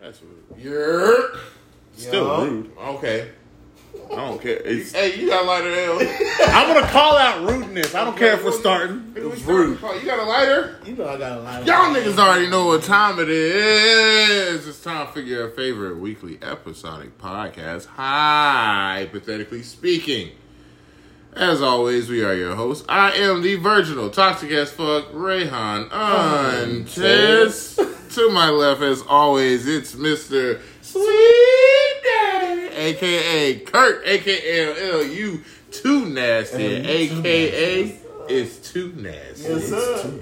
That's what. You're Yo. still rude. Okay. I don't care. It's, Hey, you got a lighter, L. I'm gonna call out rudeness. I don't care if we're starting. It was rude. You got a lighter? You know I got a lot. of- Y'all niggas already know what time it is. It's time for your favorite weekly episodic podcast, Hypothetically Speaking. As always, we are your hosts. I am the virginal, toxic as fuck, Rayhan Untes. to my left, as always, it's Mr. Sweet Daddy, aka Kurt, aka LLU, Too Nasty, aka It's Too Nasty. Yes, sir.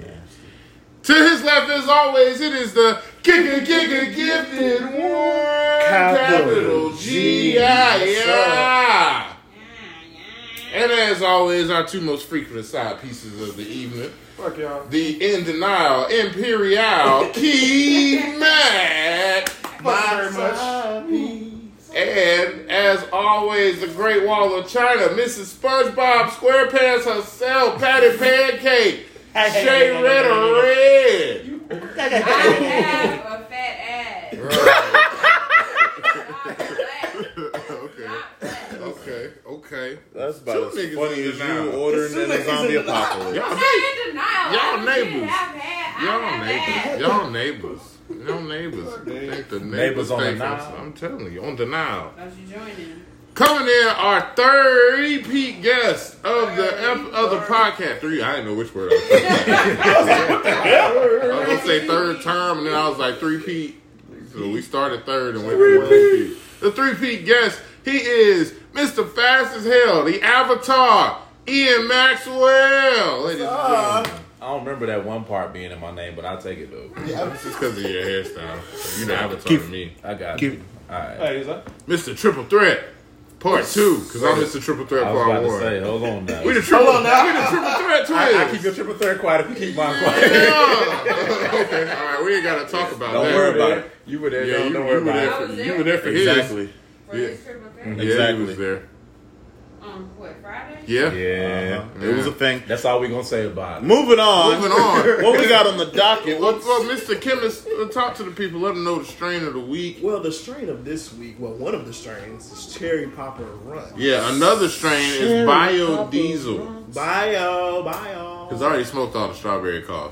To his left, as always, it is the Giga Giga Gifted One Capital G I yeah. And as always, our two most frequent side pieces of the evening. Fuck y'all. The In Denial Imperial Key Matt. Thank you very much. And as always, the Great Wall of China, Mrs. SpongeBob SquarePants herself, Patty Pancake, Shay Red or Red. I have a fat ass. Okay. Okay. Okay. That's Two about as niggas funny in as you denial. ordering Two in a niggas zombie in denial. apocalypse. Y'all, I'm neigh- in denial. Y'all I neighbors. I've had, y'all I have neighbors. Y'all neighbors. Y'all neighbors. Thank the neighbors Neighbors on on denial. I'm telling you, on denial. That. Don't you join in? Coming in, our third peak guest of the ep- of the podcast. Three. I didn't know which word. I was, saying. I was gonna say third term, and then I was like three peak. So we started third and went to one peak. The three peak guest. He is Mr. Fast as Hell, the Avatar, Ian Maxwell. Ladies and gentlemen. I don't remember that one part being in my name, but I'll take it though. It's just because of your hairstyle. You're the Avatar to me. I got Keep- it. All right. Hey, is that? Mr. Triple Threat, part two. Because I'm Mr. Triple Threat, I was part about to one. say, hold on now. We the triple, Hold on now. we the triple threat twins. I, I keep your triple threat quiet if you keep mine quiet. Yeah. okay, all right. We ain't gotta talk about Don't that. worry about it. You were Yeah, there. you, don't, you don't worry were about there. I For, was you were there for it. his. Exactly. For Yeah. this triple Yeah, threat. Exactly. he was there. Um, what Friday? Yeah. Yeah, Uh-huh. it was a thing. That's all we're gonna say about it. Moving on. Moving on. What we got on the docket? Well, What's well, Mr. Chemist, uh, talk to the people. Let them know the strain of the week. Well, the strain of this week, well, one of the strains is Cherry Popper Run. Yeah, another strain is biodiesel. Bye, y'all. Bye, y'all. Cause I already smoked all the strawberry cough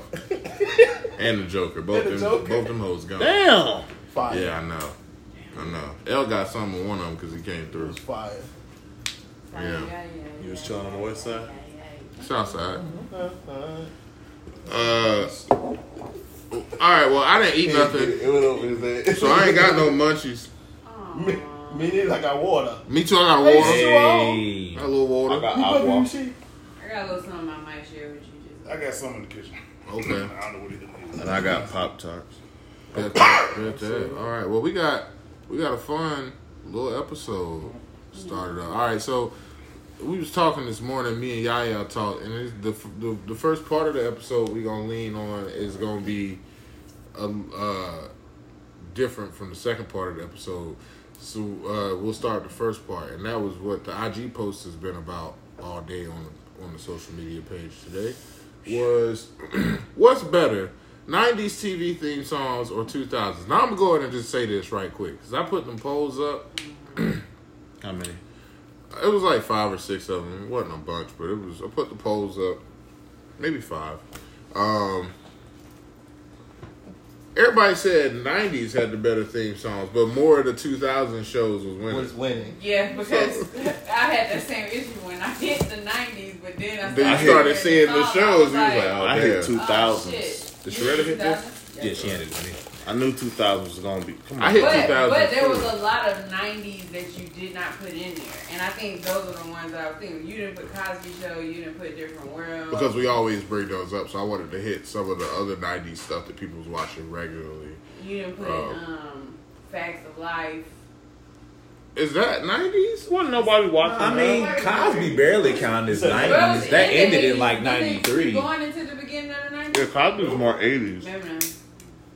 and the Joker. Both And the them, Joker. both them hoes gone. damn? Fire. Yeah, I know. I know. L got some of one of them because he came It through. was fire. Friday, Yeah. You was chilling on the west side. Southside. Uh-huh. Uh, all right. Well, I didn't eat nothing, It went over his head. so I ain't got no munchies. Me, Aw. me neither. I got water. Me too. I got Hey, water. I Hey. got a little I water. got You fucking eyeball. shit? I got a little something I might share with you. Just I got some in the kitchen. Okay. I don't know what it is. And I got pop tarts. That's it. That's it. All right. Well, we got we got a fun little episode started up. All right. So we was talking this morning. Me and Yaya talked, and it's the, the the first part of the episode we gonna lean on is gonna be um uh different from the second part of the episode. So uh, we'll start the first part, and that was what the IG post has been about all day on the, on the social media page today. Was what's better, '90s TV theme songs or 2000s? Now I'm gonna go ahead and just say this right quick because I put them polls up. How many? It was like five or six of them. It wasn't a bunch, but it was. I put the polls up, maybe five. Um, everybody said '90s had the better theme songs, but more of the 2000 shows was winning. Was winning. Yeah, because I had that same issue when I hit the 90s, but then I started, Then you started seeing the shows. You was like, oh, I hit damn. two Oh, thousands. shit. Did Shredder hit this? Yeah, she handed it to me. I knew two thousands was gonna be. Come on. I hit But, 2000 but there too. was a lot of 90s that you did not put in there. And I think those are the ones that I was thinking. You didn't put Cosby Show, you didn't put Different World. Because we always bring those up, so I wanted to hit some of the other '90s stuff that people was watching regularly. you didn't put Oh. um, Facts of Life. Is that '90s? Wasn't nobody watching. I mean, Cosby barely counted as Well, 90s. it That ended ended in like you think 93. Going into the beginning of the 90s? yeah, Cosby was more eighties. Remember,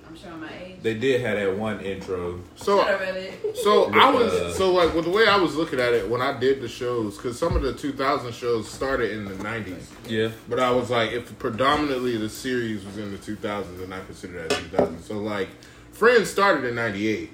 I'm showing my age. They did have that one intro. So Shut up, Elliot. So I Uh, was so like well, the way I was looking at it when I did the shows because some of the 2000 shows started in the 90s, Yeah. but I was like if predominantly the series was in the 2000s, then I consider that 2000. So like Friends started in '98,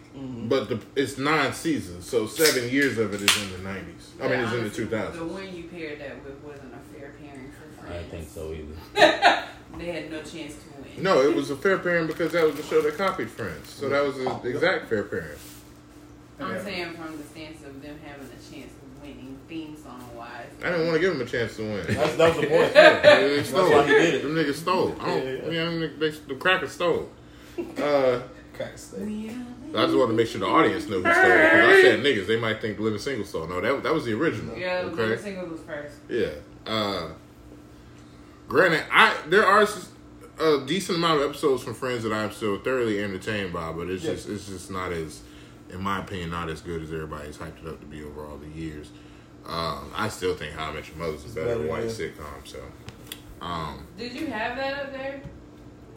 but the, it's nine seasons, so seven years of it is in the '90s. I mean, it's in the Honestly, 2000s. The one you paired that with wasn't a fair pairing for I friends. didn't think so either. They had no chance to win. No, it was a fair pairing because that was the show that copied Friends, so that was the exact fair pairing. I'm Yeah. saying from the stance of them having a chance of winning theme song wise. I didn't want to give them a chance to win. That's, that was the point. They stole. why he did it. Them niggas stole. I don't. Yeah, yeah. I mean, them niggas- they, the crackers stole. Uh, Crack steak. I just want to make sure the audience knew who stole. Because I said niggas, they might think Living Single stole. No, that that was the original. Yeah, the okay. okay. single was first. Yeah. Uh, granted, I there are s- a decent amount of episodes from Friends that I'm still thoroughly entertained by, but it's Yeah. just it's just not as, in my opinion, not as good as everybody's hyped it up to be over all the years. Um, I still think How I Met Your Mother is a better, better, white yeah. sitcom. So, um, Did you have that up there?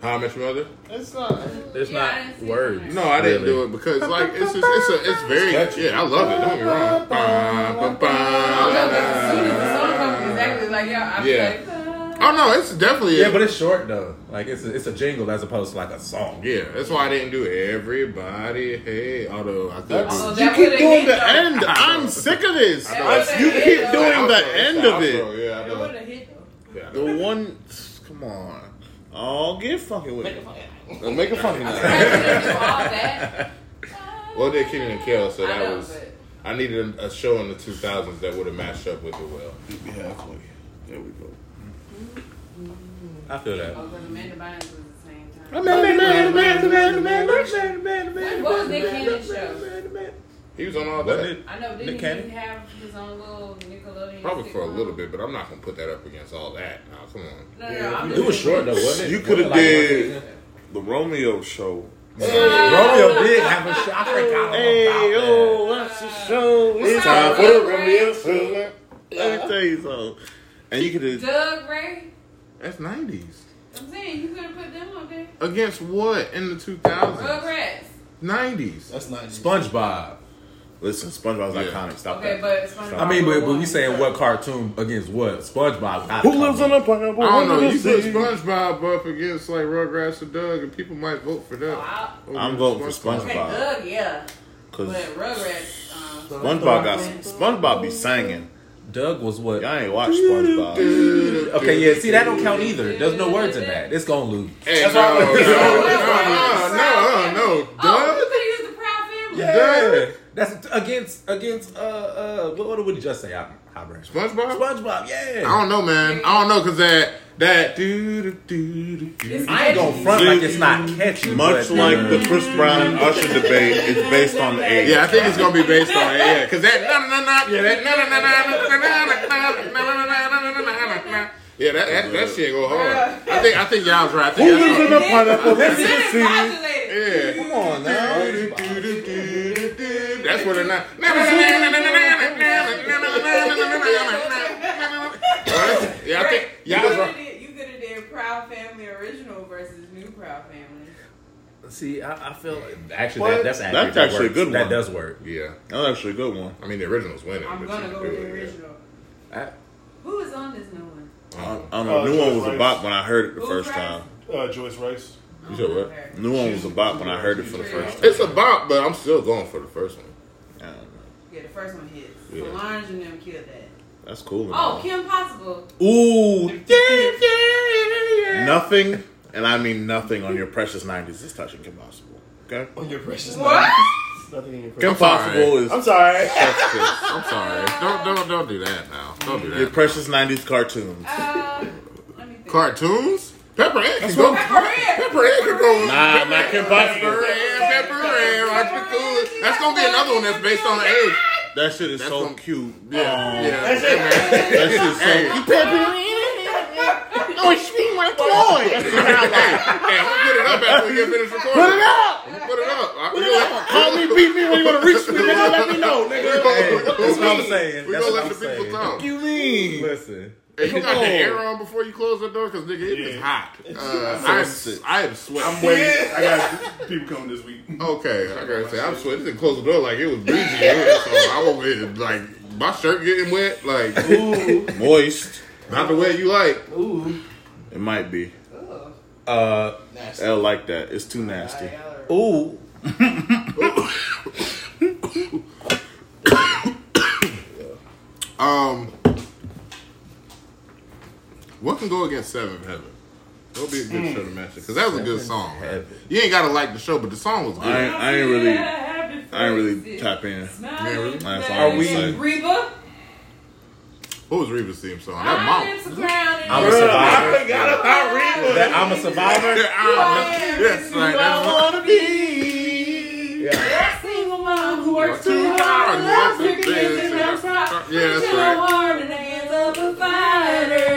How I Met Your Mother? It's not. There's Yeah, I didn't not see words. that. No, I didn't really. do it because like it's just, it's a, it's very Catchy. yeah I love it. Don't get me wrong. Ba, ba, ba, I don't know, 'cause Oh, as soon as the la, song la. comes exactly like y'all, I'm Yeah. like, ah. Oh no, it's definitely Yeah, but it's short though. Like it's a, it's a jingle as opposed to like a song. Yeah, that's why I didn't do everybody. Hey, although I could. That's- do- Although you that keep would've doing hit the though. end. I'm sick of this. That would've You hit keep though. doing the end of Outro, it. Yeah, I That know. would've hit though. Yeah, I know. The one, come on. Oh, get fucking with it. Don't make a fucking They noise. could've do all that. Well, they Kenan and Kel, so I that know, was. but- I needed a, a show in the 2000s that would have matched up with it well. Be halfway. There we go. I feel that. Oh, 'cause Amanda Bynes was the same time. What What was Nick Cannon's show? He was on all Wasn't that. it? I know, Nick didn't Cannon? he have his own little Nickelodeon? Probably for a sitcom? little bit, but I'm not gonna put that up against all that. Now, come on. No, no, no. I'm It was just- short though, wasn't it? You coulda Wasn't it, did- one season? The Romeo show. Romeo did have a show. I forgot all about that. what's uh, the show? It's time for the Romeo show. Let me tell you something. And you could have. Doug Ray. That's 90s. I'm saying you could have put them up there. Against what in the 2000s? Rugrats. 90s. That's not SpongeBob. Listen, SpongeBob's Yeah. iconic. Stop Okay, that. but SpongeBob I mean, but, but won. we saying what cartoon against what? SpongeBob. not Who lives on cartoon. a I pineapple? don't know. under the You put sea? SpongeBob up against like Rugrats or Doug, and people might vote for Oh, that. I- I'm voting for Okay, SpongeBob. Doug, yeah. But 'Cause Rugrats, um, SpongeBob got SpongeBob be singing. Doug was what? Y'all ain't watch SpongeBob. Okay, yeah. See, that don't count either. There's no words in that. It's gonna lose. Hey, no, no, no, no, no, no, no, oh, Doug. you could have used the Proud Family. Yeah, that's against against uh uh. What, what would he just say? I, I SpongeBob? SpongeBob. I Yeah. don't know, man. I don't know, cause that that do do do do do. It's I ain't gonna catchy. front like it's not catchy. Much but, like uh, the Chris Brown and Usher debate, it's based on the 80s. Yeah, I think it's gonna be based on yeah, cause that na na na yeah that na na na na na na na na na na na na na yeah that that that shit go hard. I think I think y'all was right. I Who lives think in a pineapple? This under is the sea? modulated. that's yeah. Come on now. That's what they're not. Yeah, I think. Yeah, I you was could right. have did, you coulda did Proud Family original versus New Proud Family. See, I, I feel actually What? that, that's accurate. That's That actually a works. good That one. does work. Yeah, That's actually a good one. I mean the original's winning. I'm but gonna you go can with do it, the yeah. original. I- Who is on this new one? Uh, I don't know. New one was a bop when I heard it the Who first Christ? time. Uh, Joyce Rice. You said what? New one was a bop when I heard it for the first time. It's a bop, but I'm still going for the first one. I don't know. Yeah, the first one hits. Yeah. Solange and them killed that. That's cool. and Oh, all. Kim Possible. Ooh. Nothing, and I mean nothing on your precious 90s. It's touching impossible. Okay? On your precious. What? It's Nothing in your precious. Impossible is I'm sorry. I'm sorry. Don't don't don't do that now. Don't do your that. precious 90s cartoons. Uh, let me think. Cartoons. Pepper Ann can go. Pepper Ann. Pepper Ann can go. Nah, not Pepper impossible. Ann, Pepper Ann, Roger Coolidge. That's gonna be another one that's based on the age. That shit is That's so some- cute. Yeah, Yeah. yeah. That's it. That shit is so Hey. cute. Oh, it's me, my toy. Hey, I'm gonna put it up after we get finished recording. Put it up. Put it up. I- we gonna- Call me, beat me when you want to reach me. Nigga, let me know, nigga. Hey, that's what I'm saying. We That's gonna let what I'm the people saying. talk. you mean? Listen, Hey, you got Come the on. air on before you close the door, cause nigga, it is Yeah. hot. Uh, I, am, sick. I am sweating. I'm waiting. I got people coming this week. Okay, I gotta say, I'm sweating. Didn't close the door like it was breezy. here, so I over here like my shirt getting wet. Like Moist. not the way you like. Ooh. It might be. Uh, Ugh. uh, Nasty. L like that. It's too nasty. Alright, ooh, alright. Um, what can go against Seventh Heaven? That'll be a good show to match it because that was a good song. Heaven. You ain't gotta like the show, but the song was I good. ain't, I ain't really, I ain't really tap in. That's all Are I'm we saying. Reba? What was Reva's theme song? That I'm mom. the ground and I'm a you survivor. forgot about Reba. That I'm a survivor. Ah, Yes, right. That's what wanna be. are single mom who works Too too hard, hard, loves her loves her kids, kids, and and I'm that's- proud. yeah, that's She's right. a warm and hands up a fighter.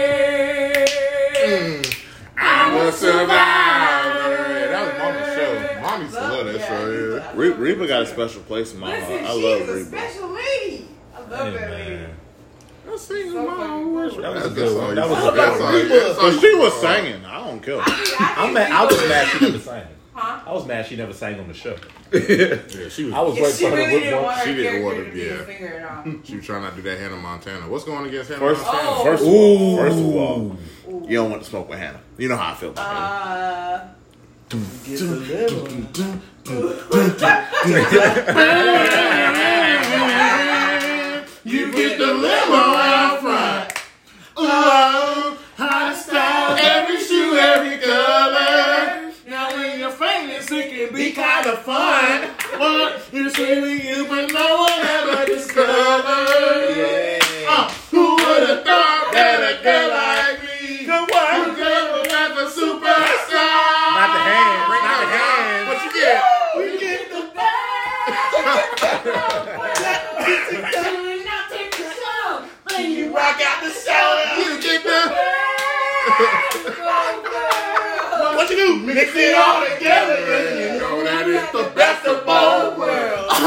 I'm a survivor. That was mommy's show. Mom used to love that show. Yeah. Re- Reba got a special place in my heart. Listen, I she love is a Reba. special lady. I love that lady. Man. I sing So fucking cool. That was a That's good one. That was a That's good all one. you- that's all But you- she was singing. I don't care. I think- I I'm think mad. I Reba was mad she never sang. Huh? I was mad she never sang on the show. Yeah, she was. I was Yeah, waiting she for her really to whip didn't one. want her She didn't character want it, to be yeah. a singer at all. She was trying not to do that Hannah Montana. What's going against Hannah First, Montana? Oh. first, of all, Ooh. first of all, you don't want to smoke with Hannah. You know how I feel about Hannah. Uh, Get the level. Uh, You get the limo out front. Love, high style, every shoe, every color. Now when you're famous, it can be kind of fun. What you see me, you, but no one ever discovered. Uh, who would have thought that a girl like me could go like a superstar? Not the hand, not the hand. What you get? we get the best. When you rock out the show, You get the. go What you do? Mix it all together. You know that is the girl. best of both worlds.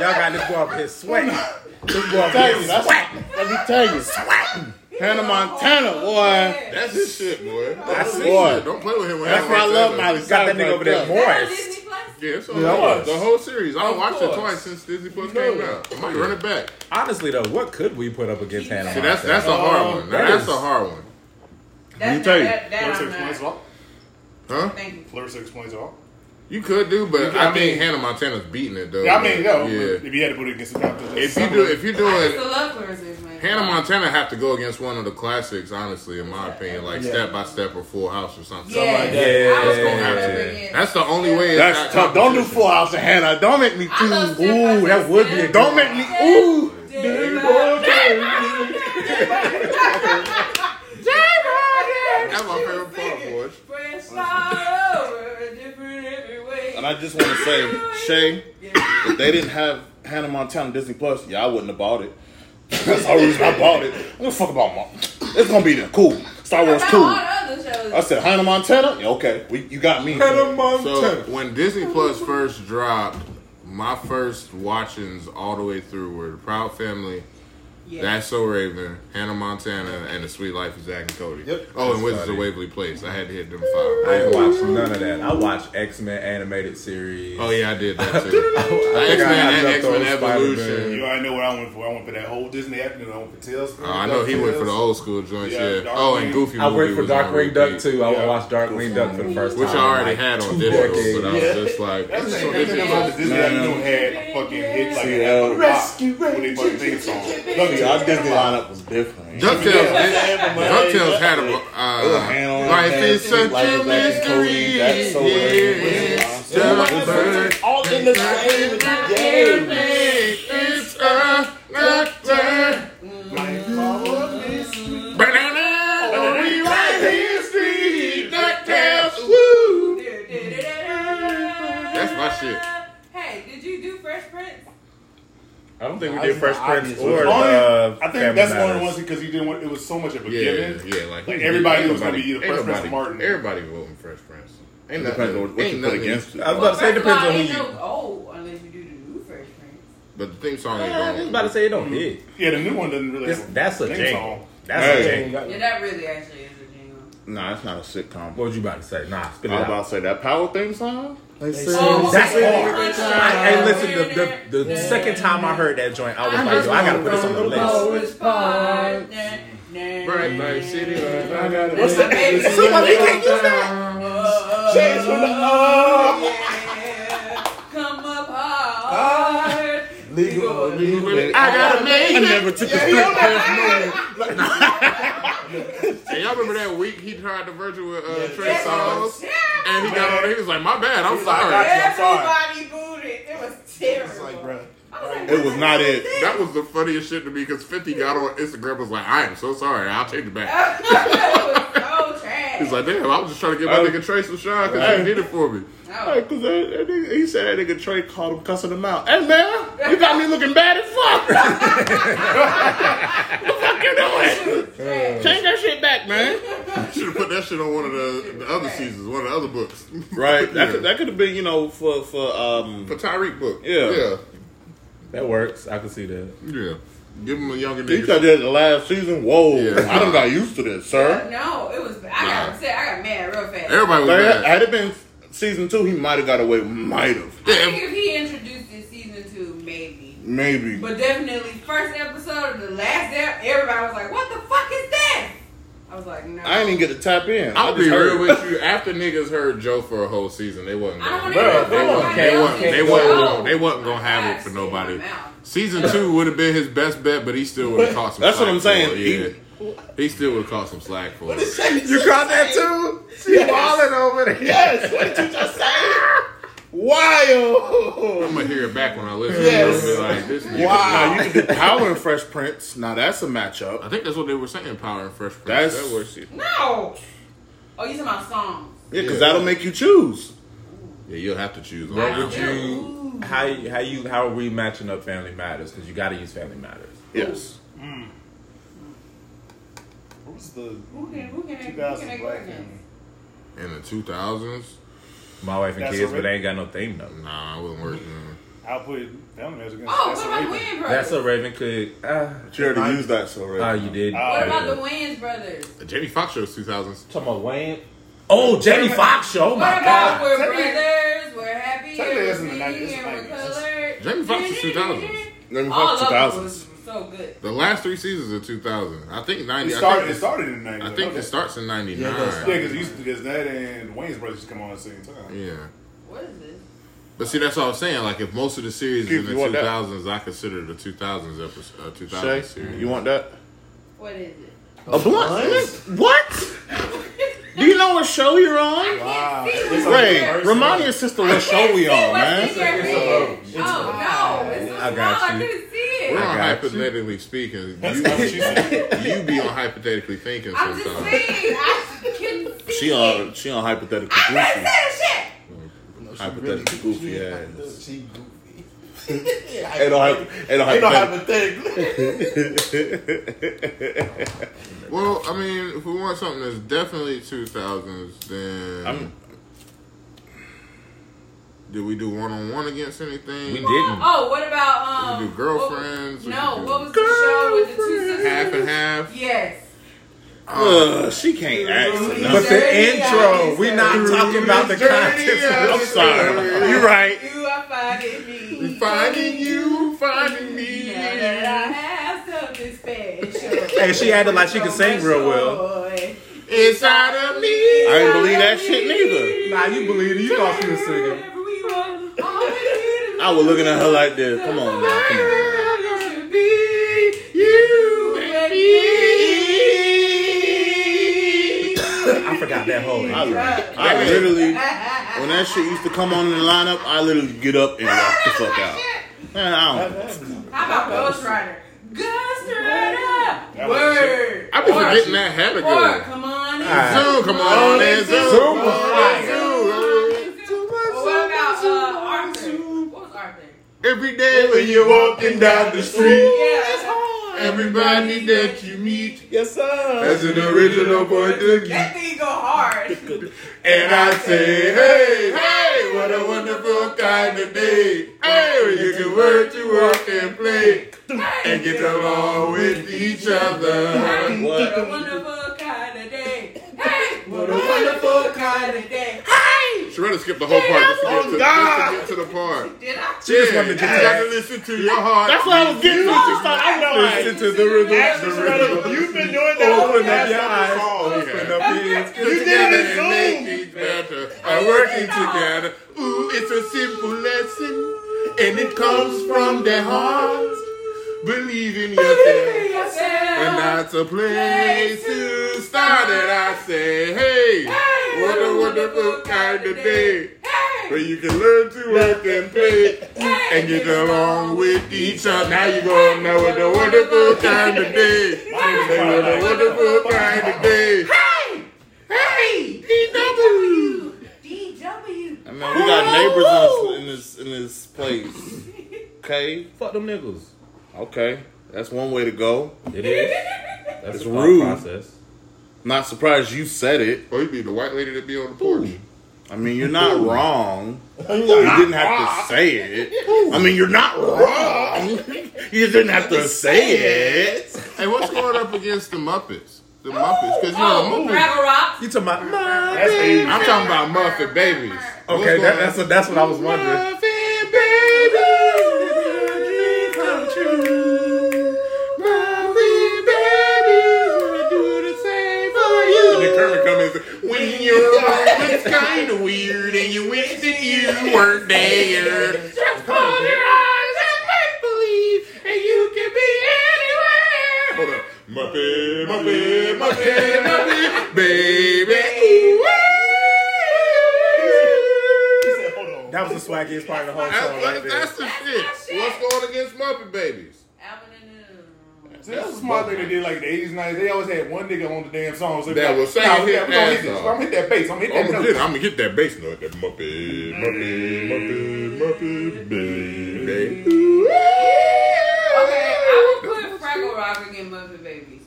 Y'all got this boy up here sweating. This boy up Tell here you, sweating. that's Let me tell you. Hannah Montana, boy. That's his shit, boy. That's That's his boy. shit. Don't play with him. When That's why I love Miley Cyrus. Got that nigga over there right moist. Yeah, it's all Yeah. the whole series. I Of watched it course. twice since Disney Plus came out. I might run it back. Honestly though, what could we put up against Hannah? See, that's that's a Montana? hard one. Now, that that's is- a hard one. Let me tell you, That, that Larissa I'm explains it not. all. Huh? Thank you. Larissa explains it all. You could do, but could- I, I think mean- Hannah Montana's beating it though. Yeah, I mean, no. Yeah. If you had to put it against the doctor, If you do, if you do I used it, to love Clarissa Explains It All. Hannah Montana have to go against one of the classics. Honestly, in my opinion, like Step by Step or Full House or something. Yeah. Something like that. Yeah. That's gonna have to. That's the only way. it's not That's tough. Don't do competition. Full House and Hannah. Don't make me I love too. Step by Ooh, that Step. would be a. Don't make me. Ooh. That's my favorite part, boy. And I just want to say, Shay, if they didn't have Hannah Montana Disney Plus, yeah, I wouldn't have bought it. That's the only reason I bought it. What the fuck about mom? It's gonna be there. Cool. Star Wars, cool. I said Hannah Montana. Yeah, okay, we, you got me. So when Disney Plus first dropped, my first watchings all the way through were The Proud Family, That's So Raven, Hannah Montana, and The Sweet Life of Zack and Cody. Yep. Oh, and Wizards of funny. Waverly Place. I had to hit them I five. ain't watched none of that. I watched X Men animated series. Oh yeah, I did that too. I X think I Men, hyped X up on Men Evolution. Spider-Man. You already know what I went for. I went for that whole Disney afternoon. I went for Tails. Uh, I know he went for the old school joints. Yeah. Oh, and Goofy. I movie worked for was on Darkwing Duck repeat, too. I Yeah. watched Darkwing Duck for the first which time. I already in, like, had on two digital, decades. but I was just like, That's the this is so thing about the Disney Man. afternoon had a fucking hit like See, a uh, rescue when they fucking theme song. See, our Disney lineup was different. DuckTales, DuckTales had a Little uh, Hannah, life is Nancy, such Life a is Zack and mystery. Cody, That's So Raven, Yes, Wizards of the Waverly Place. bird All in the same game. is a doctor. Banana, we write history. DuckTales, woo. That's That's my shit. Hey, did you do Fresh Prince? I don't think we I did Fresh was- I Prince just- or Only- uh, Oh, I think Family that's one of Matters. the ones because he didn't want. It was so much of a Yeah, given. yeah, like, Like, everybody was gonna everybody- be either Fresh Prince or everybody- Martin. Everybody voting Fresh Prince. Ain't It depends on what- what ain't you put nothing- against it. I was about to say it first of depends all, on who ain't you. no old unless you do the new Fresh Prince. But the theme song ain't I was going. about to say it don't hit. Yeah, the new one doesn't really. It's, have that's a theme jingle. song. That's a Hey. jingle. Yeah, that really actually is a jingle. Nah, it's not a sitcom. What was you about to say? Nah, spit I it was out. about to say that Power theme song. They sing. Oh, That's hard. Fresh Prince. I, hey, listen. The, the, the second time I heard that joint, I was like, yo, I gotta put this on the list. Forest Park. Nah, nah, Bright nah. Light City. lights, I What's gotta that? be- Somebody can't use that. Oh, Change from the- oh, yeah. Legal, legal. I got a I man. never took a flick past no one. Hey, y'all remember that week he tried the virgin with uh, Trey Yes, Songz? it was And he got on there. He was like, my bad. I'm He's like, I sorry. got you. I'm sorry. Everybody booed it. It was terrible. It's like, bro. I was like, It was not it. That was the funniest shit to me because 50 got on Instagram and was like, I am so sorry. I'll take it back. it was so trash. He's like, damn, I was just trying to get my Oh. nigga Trey some shine because he did it for me. no. Because he said that nigga Trey called him cussing him out. Hey man, you got me looking bad as fuck. what the fuck you doing? Trash. Change that shit back, man. Should have put that shit on one of the, the other seasons, one of the other books. Right. That Yeah. could, that could have been you know for for um For Tyreek book. Yeah. Yeah. That works. I can see that. Yeah. Give him a younger you nigga. tried that the last season. Whoa, Yeah. I done got used to this, sir. No, it was. I got upset. I got mad real fast. Everybody was Like, mad. had it been season two, he might have got away. Might have, I think if he introduced in season two, maybe. maybe. But definitely, first episode of the last ep, everybody was like, "What the fuck is that?" I was like, "No." I didn't even get to tap in. I'll I be just real heard. with you. After niggas heard Joe for a whole season, they wasn't. I don't gonna- want to hear They wasn't. They wasn't. They wasn't. No. Gonna, they wasn't gonna have it for I've seen my nobody. mouth. Season two would have been his best bet, but he still would have caught some. That's what slack I'm saying. For it, yeah. He still would have caught some slack for it. You caught that too? She wilding over there. Yes, what did you just say? Wild. I'm gonna hear it back when I listen. Yes. to it. Like, this nigga- Wow. Now you can do Power and Fresh Prince. Now that's a matchup. I think that's what they were saying. Power and Fresh Prince. That's that was shit. No. Oh, you talking about songs? yeah, because Yeah. that'll make you choose. Yeah, you'll have to choose. on What that would one. you? How you- how you? How are we matching up Family Matters? Because you got to use Family Matters. Yes. What was the Who can? Who can? Who can? 2000 black agree in family? the 2000s? My wife and That's kids, a but ra- they ain't got no theme though. Nah, I wasn't working. I'll put Family Matters against Oh, that's what a about the raven. Wayans That's brothers? a Raven Cook. Ah, You already used that, so oh, right? you did. Uh, what about the Wayans brothers? Jamie Foxx show was 2000s. Talking about Wayne. Oh, Jamie Foxx show. Oh What my about God. we're Technically- brothers? We're happy. technically We're it's in the singing. 90s, it's and We're 90s. colored. Jamie Foxx is 2000s. Let me All fuck of them 2000s. Oh, was so good. The last three seasons are 2000. I think 90. It I started, think, it started in the 90s. I think it starts in 99. Yeah, because it used to there's that and Wayne's Brothers used to come on at the same time. Yeah. What is this? But see, that's what I'm saying. Like, if most of the series Keith, is in you the want that? 2000s, I consider the 2000s episode, uh, 2000 Shay, series. you want that? What is it? A blunt? What? Do you know what show you're on? Wow. It's Ray, remind your sister what show we on, man. What's in your hand? Oh no, it's so I got small, I you. couldn't see We're on it. got you. hypothetically speaking. That's not what she You, said. you be on hypothetically thinking I'm just sometimes. saying, I couldn't see She it. on she on hypothetical I couldn't see goofy. that Hypothetical goofy ass. She goofy. Ain't no hype. Ain't no You don't hypothetical. have a thing. Well, I mean, if we want something that's definitely 2000s, then I'm- did we do one on one against anything? We shit. didn't. Oh, what about um? We do girlfriends, we What, no, do what was the show with the two sisters? half and half. Yes. Ugh, she can't act. for nothing. But the intro, we not talking about the content. I'm sorry. You're right. You are finding me. Finding you, finding me. Now that I have something special. Hey, she acted like she could sing real well. Boy. Inside of me. I didn't believe that shit neither. Nah, you believe it. You thought she was singing. Whatever we want, all we need is I was looking at her like this. Come on, now. Come on. to be you and me. I forgot that whole I, intro. li- I literally, when that shit used to come on in the lineup, I literally get up and walk the fuck out. Man, I don't. How about Ghost Rider? Ghost Rider! That was a shit. Word! I've been Or- forgetting that habit. Or, Zoom, come on in. Alright. come on, in, Zoom. Zoom Come on in, was fire. Zoom. Well, Oh, what about uh, Arthur? What was Arthur? Every day when you're walking down the street, Yeah. everybody that you meet Yes, sir. has an original point of view. That thing go hard. And I say, hey, hey, what a wonderful kind of day. Hey, where you can work, you work, and play, and get along with each other. Hey, What a wonderful kind of day. Hey, what a wonderful kind of day. Hey! She rather skip the whole part just to get to, just to, get to the part. Did I? She just wanted to get you to gotta listen to your heart. That's what I was getting at. She started acting like. Listen to the rhythm. You've been doing that all Open the up last your time. eyes. Oh, yeah. Open up your eyes. You did it in make it better by working together. Ooh, it's a simple lesson. and it comes from their hearts. Believe in yourself, and that's a place to start. And I say, hey, what a wonderful kind of day where you can learn to work and play and get along with each other. Now you gonna know what a wonderful kind of day. Say what a wonderful kind of day. Hey, DW. DW. I mean, we got neighbors in this in this, in this place. Okay, Fuck them niggas. okay, that's one way to go. It is. That's It's a thought rude. process. Not surprised you said it. Oh, you be the white lady that be on the porch. I mean, you're not wrong. You didn't have to say it. I mean, you're not wrong. You didn't have to say it. Hey, what's going up against the Muppets? The Muppets, because you know Oh, the Muppets. Fraggle Rock. You talking about That's Asian. I'm talking about Muffin babies. What's Okay, that, going that's on? what, that's what I was wondering. Muffin babies, come true. Muffin babies, wanna do the same for you. And then Kermit comes and says, when you're wrong, it's kind of weird, and you wish that you weren't there. Just close your eyes and make believe, and you can be anywhere. Hold on. Muppet, Muppet, Muppet, Muppet, baby. Ooh. Hold on. That was the swaggiest part of the whole song That's, right there. that's the shit. What's going against Muppet Babies? Alvin and the Nutty Room. See, that's a smart thing they did like the 80s, 90s. They always had one nigga on the damn song. So That like, will sing nah, his yeah, we gonna hit ass this. off. I'm gonna hit that bass. I'm I'm gonna hit that gonna note. get, I'm gonna get that bass note. That Muppet, Muppet, Muppet, Muppet, baby. Okay, I would put Fraggle Rock against Muppet Babies.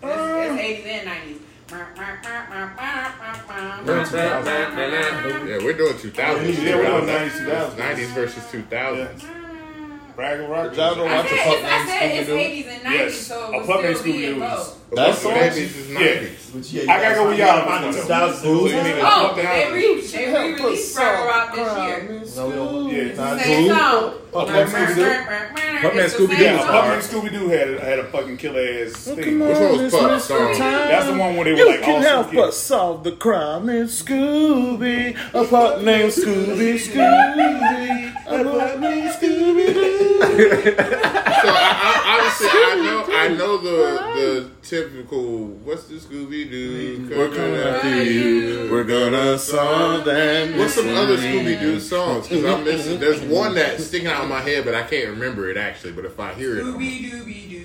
That's, that's 80s and 90s. Yeah, we're doing 2000s. Yeah, we're doing 90s, 2000s. 90s versus 2000s. Fraggle Rock. Y'all don't I watch said, a pup I named said it's Scooby-Doo? 80s and 90s, Yes, so a it pup would named still be in Scooby-Doo both. That's Muppet all Babies is Yeah. 90s. But yeah, I gotta go with y'all on this one. Oh, Fuck they that. re they re released Fraggle Rock this year. Yeah. Same song. Puppet Scooby-Doo. Puppet It's the Scooby-Doo. same Yeah, song. Puppet Scooby Doo had a- had a fucking killer ass thing. Which one was Pupp's song? That's the one where they were like all some kids. solve the crime. It's Scooby, a pup named Scooby, Scooby, a pup named Scooby. So I, I, honestly, I know, I know the the typical. What's the Scooby Doo? We're coming after you. We're gonna solve that. What's some other Scooby Doo mystery. songs? Because I'm missing. There's one that's sticking out in my head, but I can't remember it actually. But if I hear it, I'm, Scooby Dooby Doo,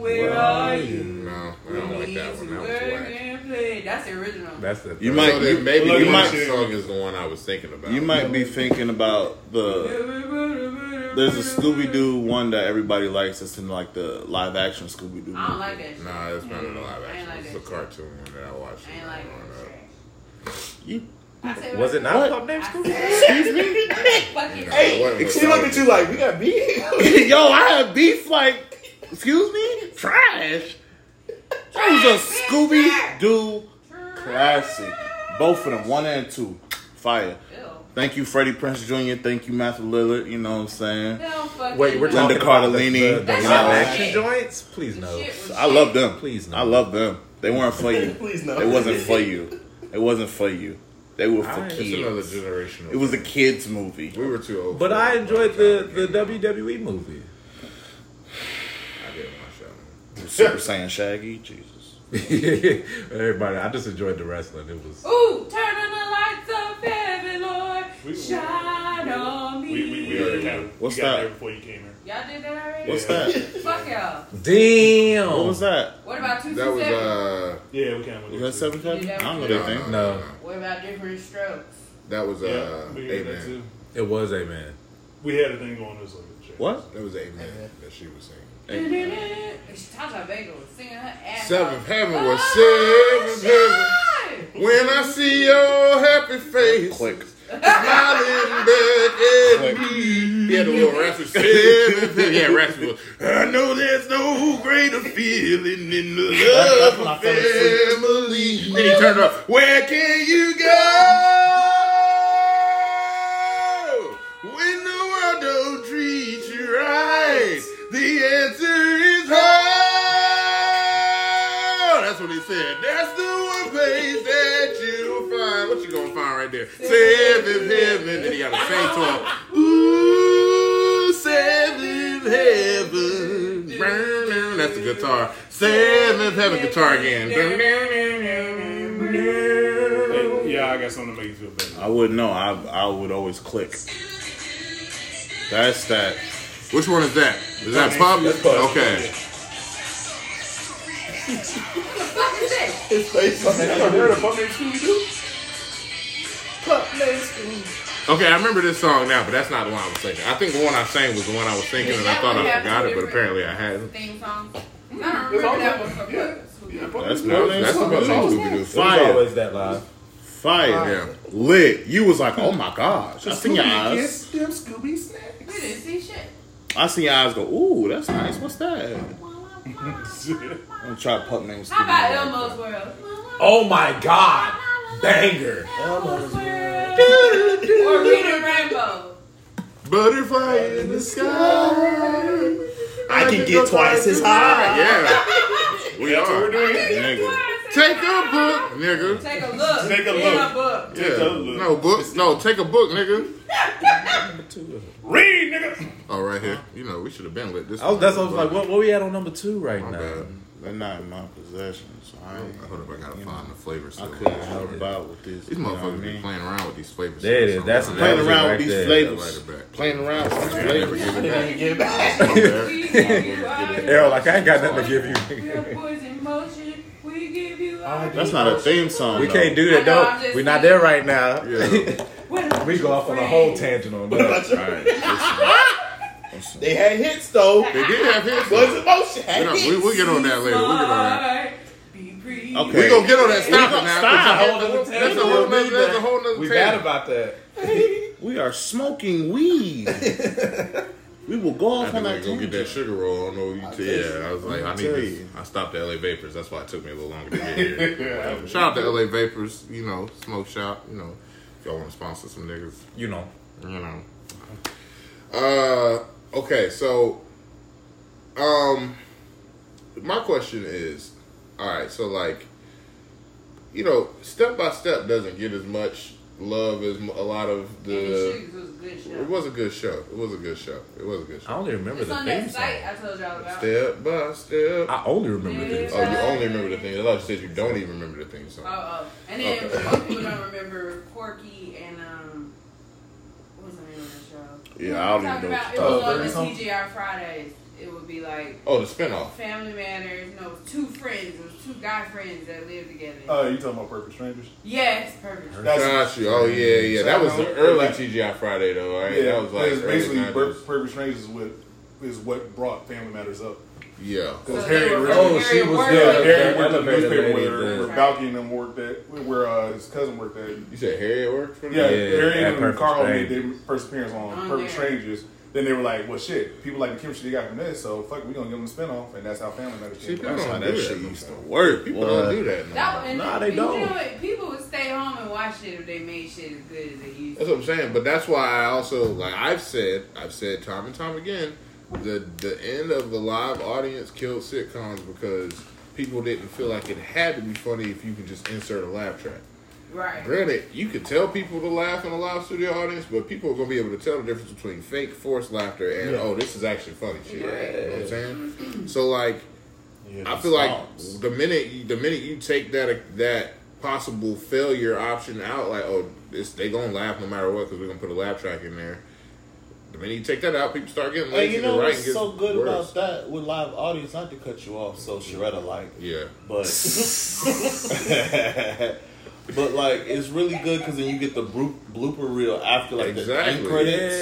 where are you? no, I don't like that one. That was whack. one. That's the original. That's the You third. might- So then maybe you the might- might, song is the one I was thinking about. You might be thinking about the. There's a Scooby Doo one that everybody likes. It's in like the live action Scooby Doo. I don't like that shit. Nah, that's not a live I action. ain't like It's that a shit. cartoon one that I watched. I ain't like that shit. You, I said Was it not? Pup I named said- Scooby? Fucking Hey, She looked at you like, we got beat. yo, I had beef like, excuse me, trash. That was a Scooby Doo classic. Both of them, one and two, fire. Bill. Thank you, Freddie Prince Jr. Thank you, Matthew Lillard. You know what I'm saying? Bill fucking Wait, we're no. talking Linda about the, Cardellini. the, the That's live all action shit. joints? Please Shit no. was I love them. Please no. I love them. They weren't for you. Please no. It wasn't for you. It wasn't for you. They were for Alright. It's kids. another generational. It was a kids movie. We were too old. But for I it. enjoyed the, the WWE movie. I didn't watch that one. Super Saiyan Shaggy, Jesus. Everybody, I just enjoyed the wrestling. It was. Ooh, turn on the lights up, heaven, Lord. Shine on me. We, we, we already kind of What's you got that? there before you came here. Y'all did that already? What's Yeah. that? Fuck y'all. Damn. What was that? What about two That was uh, Yeah, we kind of Was that Seven Seven? I don't no, know that no, thing. no, No. no. What about different strokes? that was Yeah, uh, we had that Amen. too. It was a man. We had a thing going this like What? That was Amen that she was singing. Tata Vega was singing her ass Seventh off. heaven was Oh, seventh heaven. When I see your happy face, Click. smiling back at me. Yeah, the little rascal. Seventh heaven. Yeah, rascal. I know there's no greater feeling than the love of family. Then he turned up. Where can you go when the world don't treat you right? The answer is home. That's what he said. That's the one place that you'll find. What you gonna find right there? Seventh heaven. Then he got to sing to him. Ooh. Sam, that's the guitar. Sam, let's have a guitar again. again. Yeah, I got something to make you feel better. I wouldn't know. I I would always click. That's that. Which one is that? Is that Pub? That's Pub. Okay. What is this? His face on I heard a that. fucking Scooby-Doo. Okay, I remember this song now, but that's not the one I was thinking. I think the one I sang was the one I was thinking, and I thought I forgot it, but apparently I hadn't. Theme song? I don't remember that one from Mm-hmm. Yeah. Yeah, fuck That's it. no, that's the one I was thinking. It was Fire, always that live. fire, Yeah. lit. You was like, oh my gosh. I seen your eyes. Yes, them Scooby snacks. We didn't see shit. I seen your eyes go. Ooh, that's nice. What's that? That's I'm gonna try to pop names. How about Mm-hmm. Elmo's World? Oh my god, banger! Elmo's World. Or Reading Rainbow. Butterfly in the sky. I can get twice as high. Yeah. We what we're are. doing. Nigga. Take a book, nigga. Take a look. Take a In look. a book. Yeah. No book. No, take a book, nigga. Read, nigga. Oh, right here. You know, we should have been lit this. I was, that's what I one, was like. but- What, what we at on number two right My now? bad. They're not in my possession, so I, ain't- I hope I gotta find the flavor I still. couldn't help out with this. Uh-huh. These you know what I motherfuckers be mean? playing around with these flavors. There it is. That's- Sometimes. playing That was it around right with these there. flavors, That right back. playing around with these I never flavors. give it back. Get back. My bad. We give you our Errol, like I ain't got nothing to give We you. are boys in motion. We give you our That's not a theme song. we though. can't do that. I know, I'm Don't. just We're not there right now. Yeah. What We go off on a whole tangent on that. All right. Listen, They had hits though. They did have hits. Was though. emotion. You Had know, hits. we, we'll get on that later. We'll get on that. Be free. Okay. We gonna get on that. We Stop gonna- it now. stop. That's a whole- That's a whole nother. That's a whole nother. We tangent. bad about that. We are smoking weed. we will go I off had on to that like, go get that tangent. sugar roll. I don't know. You t- yeah, I was like, I need tell this. you. I stopped at LA Vapors. That's why it took me a little longer to get here. Shout out to LA Vapors. You know, smoke shop. You know, if y'all want to sponsor some niggas, You know. you know. Uh, okay, so, um, my question is, all right, so like, you know, step by step doesn't get as much love as m- a lot of And his the. shoes was a good show. It was a good show. It was a good show. It was a good show. I only remember It's the on theme that song. site I told y'all about. Step by step. I only remember the theme Yeah. song. oh, you only remember the thing. I thought you said you don't even remember the thing. So. Oh, oh. And then Okay. most people don't remember Corky and um, what was the name of the show? Yeah, I don't Talked even know. about What it you was Oh, on the Burger King? TGI Fridays. It would be like Oh, the spinoff. Family Matters. No, it was two friends. It was two guy friends that lived together. Oh, you talking about Perfect Strangers? yes, perfect. That's- Got you. Oh yeah, yeah. That was the early TGI Friday though. Right? Yeah, that was like it's early basically 90s. Per- Perfect Strangers is what is what brought Family Matters up. Yeah. Because So Harry they and were Richard, Oh, she was good. Harry Yeah, worked at the elevator newspaper lady, where, yeah. where Balky and them worked at, where uh, his cousin worked at. You said Harriet worked for Yeah, them? Yeah, Harry at and Perfect Carl Strangers. made their first appearance on On Perfect there. Strangers. Then they were like, well, shit, people like the chemistry they got from this, so fuck, we gonna give them a spinoff, and that's how Family Matters See, came people about. That's how don't that do shit that. no used to more. work. People boy. don't do that. No. That, more. and Nah, they you don't. know what? People would stay home and watch it if they made shit as good as they used to. That's what I'm saying. But that's why I also like I've said I've said time and time again the the end of the live audience killed sitcoms because people didn't feel like it had to be funny if you could just insert a laugh track. Right. Granted, you can tell people to laugh in a live studio audience, but people are gonna be able to tell the difference between fake forced laughter and oh, this is actually funny shit. You know what I'm saying? So like, I feel like the minute you, the minute you take that that possible failure option out, like oh, it's, they gonna laugh no matter what because we're gonna put a laugh track in there. The minute you take that out, people start getting lazy. Hey, you know the writing what's gets so good worse. about that with live audience? Not to cut you off, so Sharetta like, Yeah, but but like it's really good because then you get the bro- blooper reel after like the exactly. end credits,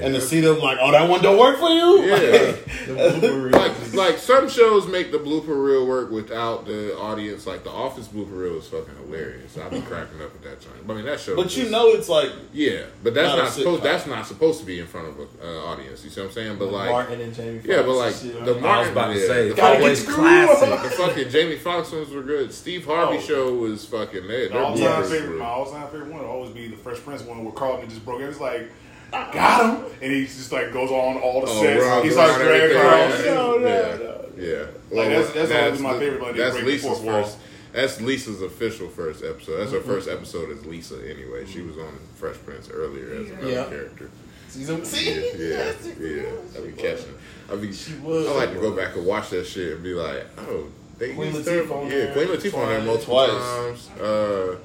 Yeah, and to see them like, oh, that one don't work for you. yeah. Like, like like some shows make the blooper reel work without the audience. Like the Office blooper reel is fucking hilarious. I've been cracking up at that joint. I mean that show. but is you just- know, it's like yeah. But that's Not not, a supposed. sitcom. That's not supposed to be in front of an uh, audience. You see what I'm saying? But like, Martin and Jamie. yeah, but like Foxx and shit. the Martin, I was about yeah, to say, the, it's Gotta fucking, always get the classic. the fucking Jamie Foxx ones were good. Steve Harvey Oh. show was fucking mad. My Their all bloopers time favorite, were- my all time favorite one would always be the Fresh Prince one where Carlton just broke. It was like, got him, and he just like goes on all the Oh, sets. Rob, He's Rob, like Greg everything. Carlton. Yeah. Yeah. Well, that's- that's always my the- favorite, like, they That's break the Lisa's fourth wall. first. That's Lisa's official first episode. That's her first episode as Lisa. Anyway, she was on Fresh Prince earlier as another Yeah. character. Season Yeah, see? yeah, yeah. I be catching. I be. was. I like to go back and watch that shit and be like, oh, they Queen used Latifah her- on Yeah, there Queen Latifah on there twice. multiple Twice. times. Uh,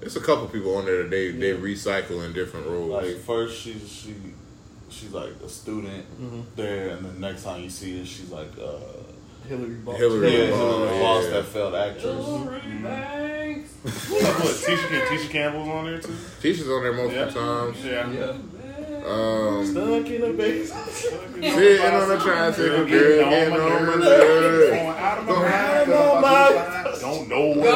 there's a couple people on there that they they recycle in different roles. Like first she she she's like a student Mm-hmm. there, and the next time you see her, she's like uh, Hillary Bolton. Hillary, yeah, Hillary Hillary Boss, that failed actress. What, Tisha, Tisha Campbell's on there too. Tisha's on there multiple Yeah. times. Yeah. Um, Stuck in a base. sitting on a tricycle, girl, getting on my nerves. Don't know what Don't know bodies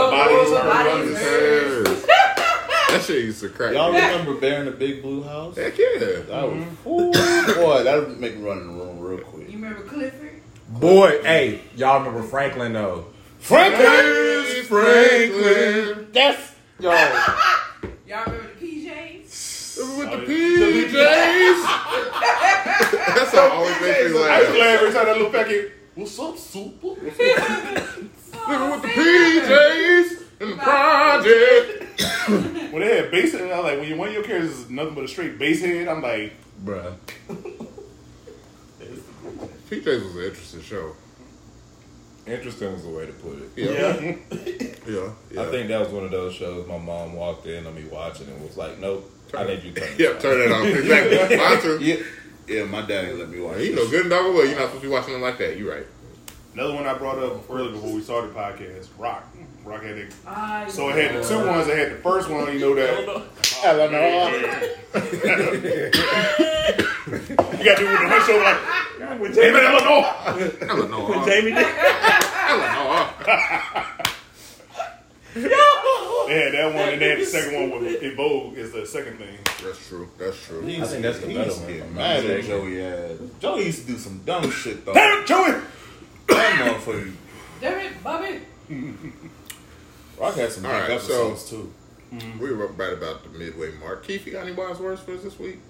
what are bodies running. Nerves. That shit used to crack. Y'all me. remember Bear in the Big Blue House? Heck yeah. That was Mm-hmm. ooh, boy. That would make me run in the room real quick. You remember Clifford? Boy, hey, y'all remember Franklin though? Franklin, Franklin, That's yo. Y'all remember the PJs? with the PJs. That's how I always make me I used to laugh. laugh every time that little packet. What's up, super? Oh, Living with the PJs and the project. When they had bass head, I was like, when you- one of your characters is nothing but a straight bass head, I'm like, Bruh. PJs was an interesting show. Interesting was the way to put it. Yeah. Yeah. yeah. I think that was one of those shows my mom walked in on me watching and was like, Nope, I need you to turn Yeah, turn that off. Exactly. Mine too. Yeah, yeah. My dad ain't let me watch. You this. know, good and dog well. You're not supposed to be watching them like that. You're right. another one I brought up earlier before we started the podcast, Rock. Rock had it. Ah, So it had the two ones, it had the first one, you know that. Eleanor. You got to do with the hunch over like, When damn it, Jamie, Eleanor! when Jamie did They had that one, and they had the second one with in Vogue is the second thing. That's true. That's true. I think that's the better one, if I'm not Mad at mistaken. Joey ass. Joey used to do some dumb shit though. Damn, Joey! that motherfucker. Damn it, Bobby. Rock had some big All right, episodes so- too. We were right about the midway mark. Keith, you got any wise words for us this week?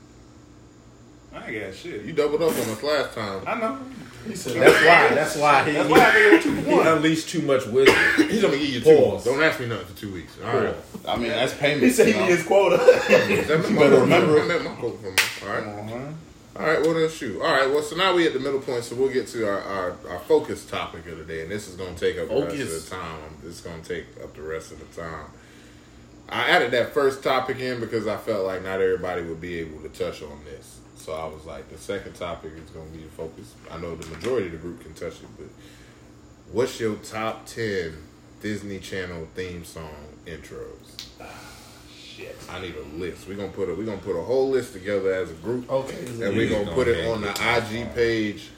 I ain't got shit. You doubled up on us last time. I know. That's why. That's why he, That's why I gave it two for he one. unleashed too much wisdom. He's gonna give you two. Pause. Don't ask me nothing for two weeks. All right. I mean, that's payment. He said he you know? did his quota. That's my better quote. remember it. That's my quote from him. All right. Uh-huh. All right, well then shoot. All right, well so now we at the middle point, so we'll get to our, our, our focus topic of the day, and this is gonna take up the rest Focus. of the time. It's gonna take up the rest of the time. I added that first topic in because I felt like not everybody would be able to touch on this. So I was like, the second topic is gonna be the focus. I know the majority of the group can touch it, but what's your top ten Disney Channel theme song intros? Shit. I need a list. We're gonna put a we're gonna put a whole list together as a group Okay. and we're Oh, Yeah, gonna go put it ahead. on the IG page,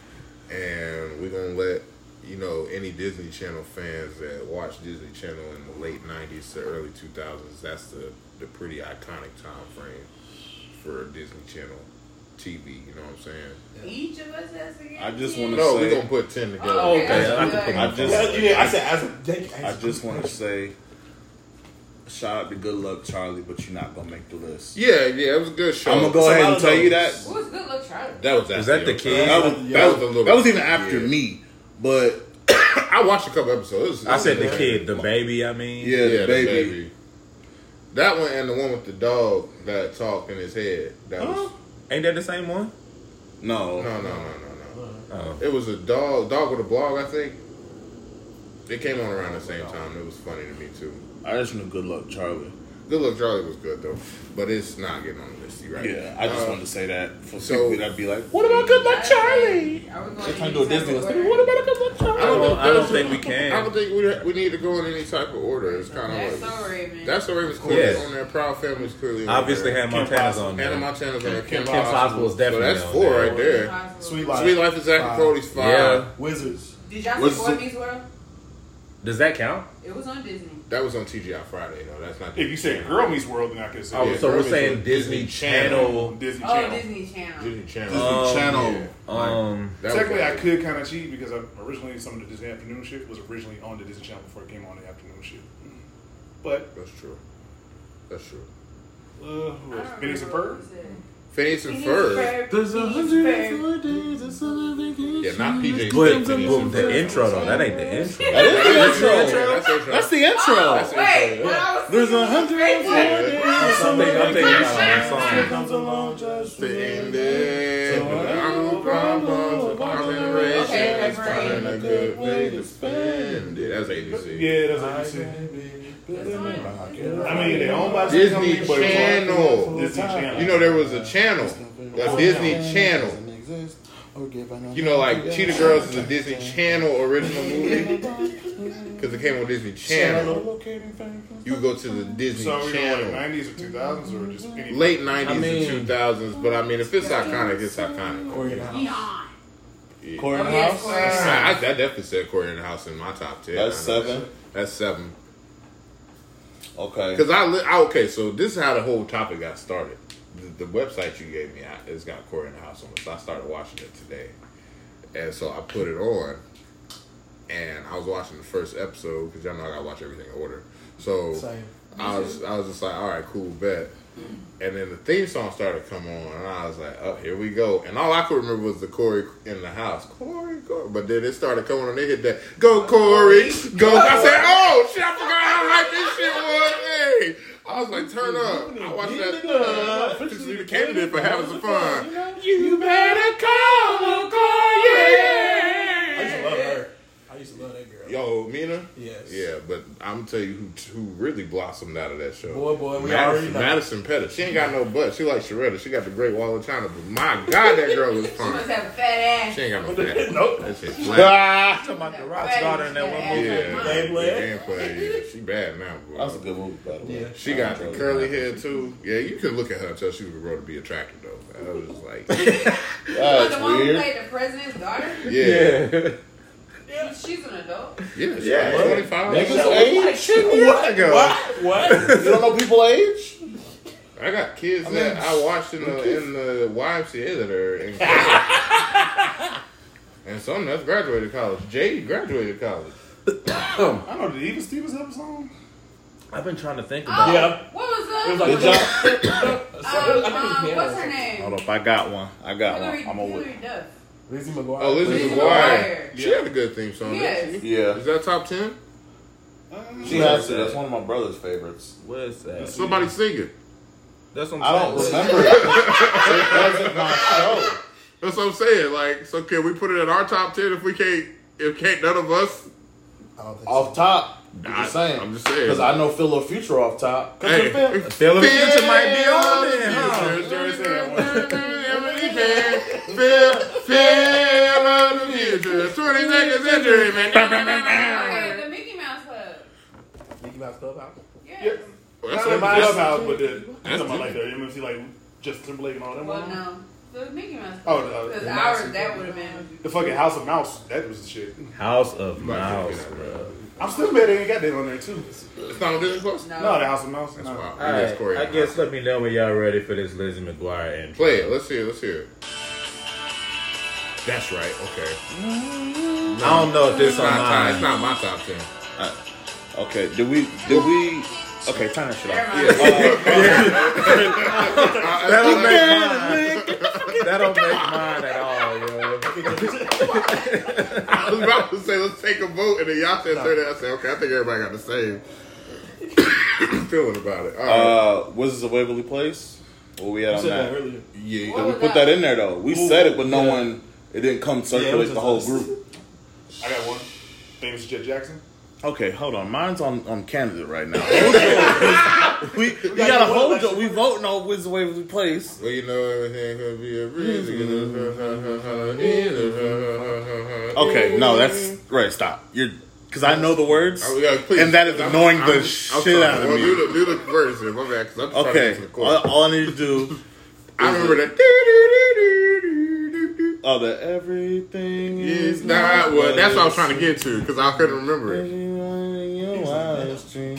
and we're gonna let you know any Disney Channel fans that watch Disney Channel in the late '90s to early 2000s. That's the the pretty iconic time frame for Disney Channel TV. You know what I'm saying? Each of us has to get I just want to No, we're say. gonna put ten together. Oh, okay. I can put I my just- phone. Yeah, yeah, I said, as a Jake, I as just want to say. Shout out to Good Luck Charlie, but you're not gonna make the list. Yeah, yeah, it was a good show. I'm gonna go ahead and tell you that. Who's good luck Charlie? That was Is that the kid? That was, that was, a little. that was even after yeah. me, but I watched a couple episodes. It was- I said it the was good. kid, the baby. I mean, yeah, Yeah, the the baby. That one and the one with the dog that talked in his head. That was ain't that the same one? No, No, no, no, no, no. Oh, It was a dog, dog with a blog, I think. It came on around the same time. It was funny to me too. I just knew Good Luck Charlie. Good Luck Charlie was good though, but it's not getting on the list. You right? Yeah, I just Uh, wanted to say that for so- people that'd be like, "What about Good Luck Charlie?" Are we They're going trying to to do a use Disney that list. word? What about Good Luck Charlie? I don't. I don't those think we I don't can. think we we need to go in any type of order. It's kind That's of so like Raven. that's the Ravens clearly Yes. on there. Proud Family's clearly on Obviously, there. had Montana's on there. Hannah Montana's on there. Kim, Kim Possible. Possible is definitely So that's on four there. right there. Possible. Sweet Life. Sweet Life of Zach and Five. Cody's five. Yeah. Wizards. Did y'all What's see Boy the- Meets World? Does that count? It was on Disney. That was on TGI Friday though. That's not If you said Girl Meets World, then I could say Oh, Yeah, so we're Kirby's saying on Disney, Disney Channel. Disney Oh, Channel. Disney Channel. Disney Channel. Disney Channel. Um, That was Technically, I on- could kind of cheat because I, originally some of the Disney afternoon shit was originally on the Disney Channel before it came on the afternoon shit. But That's true. That's true. uh, who else? Phineas and Ferb. Phineas and Ferb. There's a hundred. Yeah, Yeah, not PJ. Fleck But, but finishing the first. intro though, that ain't the intro. That That's is the the intro. intro. That's the intro. That's the intro. That's Wait, when I was There's a singing, hundred and I'm four thinking, I'm thinking about comes along just the end there. But I'm no problems. If I'm in a race, Okay, let's that's right. find a good way to spend it. That's ABC. Yeah, that's what you said. I mean, they own by the same Disney company, but it was on Channel. Disney Channel. You know, there was a channel, a Disney Channel. You know, like Cheetah Girls is a Disney Channel original movie because it came on Disney Channel. You go to the Disney so we know, Channel. like 90s or 2000s or just any Late 90s I mean- and 2000s, but I mean, if it's iconic, it's iconic. Eon. Corner Oh, yes, house. Corey. I, I that definitely said Corey in the House in my top 10. That's I know. seven. That's seven. Okay. Because I, li- I, okay, so this is how the whole topic got started. The, the website you gave me, I, it's got Corey in the House on it, so I started watching it today. And so I put it on, and I was watching the first episode, because y'all know I gotta watch everything in order. So I was, I was just like, all right, cool, bet. And then the theme song started to come on, and I was like, oh, here we go. And all I could remember was the Corey in the house. Corey, Corey. But then it started coming on, and they hit that, go, Corey, go. I said, oh, shit, I forgot how hype this shit was. Hey. I was like, turn up. I watched that. Uh, officially the candidate for having some fun. You better call Corey. I used to love her. I used to love that girl. Yo, Mina? Yes. Yeah, but I'm tell you who who really blossomed out of that show. Boy, boy, we already Madison, know. Madison Pettis. She ain't got no butt. She like Sharetta. She got the Great Wall of China. But my God, that girl was She must fun. have a fat ass. She ain't got no fat. Nope. That shit flat. Ah, Talking about the Rock's daughter in that one Yeah, movie. yeah, Gameplay. gameplay. Yeah, she bad now, that was a bro. good movie, by the way. Yeah. She got the curly hair too. Yeah, you could look at her and tell she was grown to be attractive though. I was just like, But That's the one who weird. played the president's daughter, yeah, she's an adult. yeah, she Yeah. like 25. Niggas age? Shit, you What? What? What? don't know people age? I got kids that I watched in the in the YMCA that are in college. and some that's graduated college. Jay graduated college. I don't know, did even Stevens have a song? I've been trying to think about. Oh, Yeah. what was that? It was like- Good job. um, um, what's her Hold name? up, I got one. I got Hillary, one. I'm a Hillary whip. Duff. Lizzie McGuire. Oh, Lizzie Lizzie McGuire. McGuire. She had a good theme song. didn't Yes. she? Yeah. Is that top ten? She has to. That's one of my brother's favorites. What is that? Somebody sing it. That's what I'm I don't saying. remember it. it wasn't my show. That's what I'm saying. Like, so can we put it in our top ten if we can't? If can't none of us? I don't think so. Off top. I'm Nah, just saying. I'm just saying. Because I know Phil or Future off top. 'Cause Hey, of Phil. Phil and Phil Future might be on and there, huh? Future, Jerry said that one. Phil, Phil of the future, 20 seconds injury, man. Okay, the Mickey Mouse Club. Mickey Mouse Clubhouse. Yes. Yes. That's That's what not I'm my saying. house, but the, That's that's talking about different. like the MMC, like Justin Timberlake and all them. Well, ones. no. The Mickey Mouse Oh, Club. no. Because The ours, that would have been. The fucking House of Mouse, that was the shit. House of Mouse, Might be. bro. I'm still mad they ain't got that on there too. Oh. It's not on Disney Plus. No. No, the House of Mouse. That's no. wild. All Yes, right, Corey. I guess let me know when y'all ready for this Lizzie McGuire intro. Play it. Let's hear it. Let's hear it. That's right. Okay. I don't know if this It's not, top, online. it's not my top ten. Okay, do we. Do we. Okay, turn that shit off. Never mind. That don't make mine. That don't make mine at all, yo. I was about to say let's take a vote, and then y'all said turn that. I said okay. I think everybody got the same feeling about it. All right. Uh, Wizards of Waverly Place? What we had I on said that that? earlier. yeah. Because we put that in there, though. We said it, but no Yeah. one. It didn't come Yeah, it was circulate just the whole us. group. I got one. Famous Jet Jackson. Okay, hold on. Mine's on, on candidate right now. Hold on. we we gotta hold your We voting on which way we place. Well, you know everything could be a Hmm. reason. Okay, no, that's right. Stop. You're because I know the words, Oh, yeah, please. and that is annoying the shit sorry. out of well, me. Do the, do the version. My bad, 'cause I'm just trying to okay, Uh, get to the all, chorus. all I need to do. I remember that. Oh, the everything It's is not what. That's what I was trying to get to because I couldn't remember it. to. Okay, is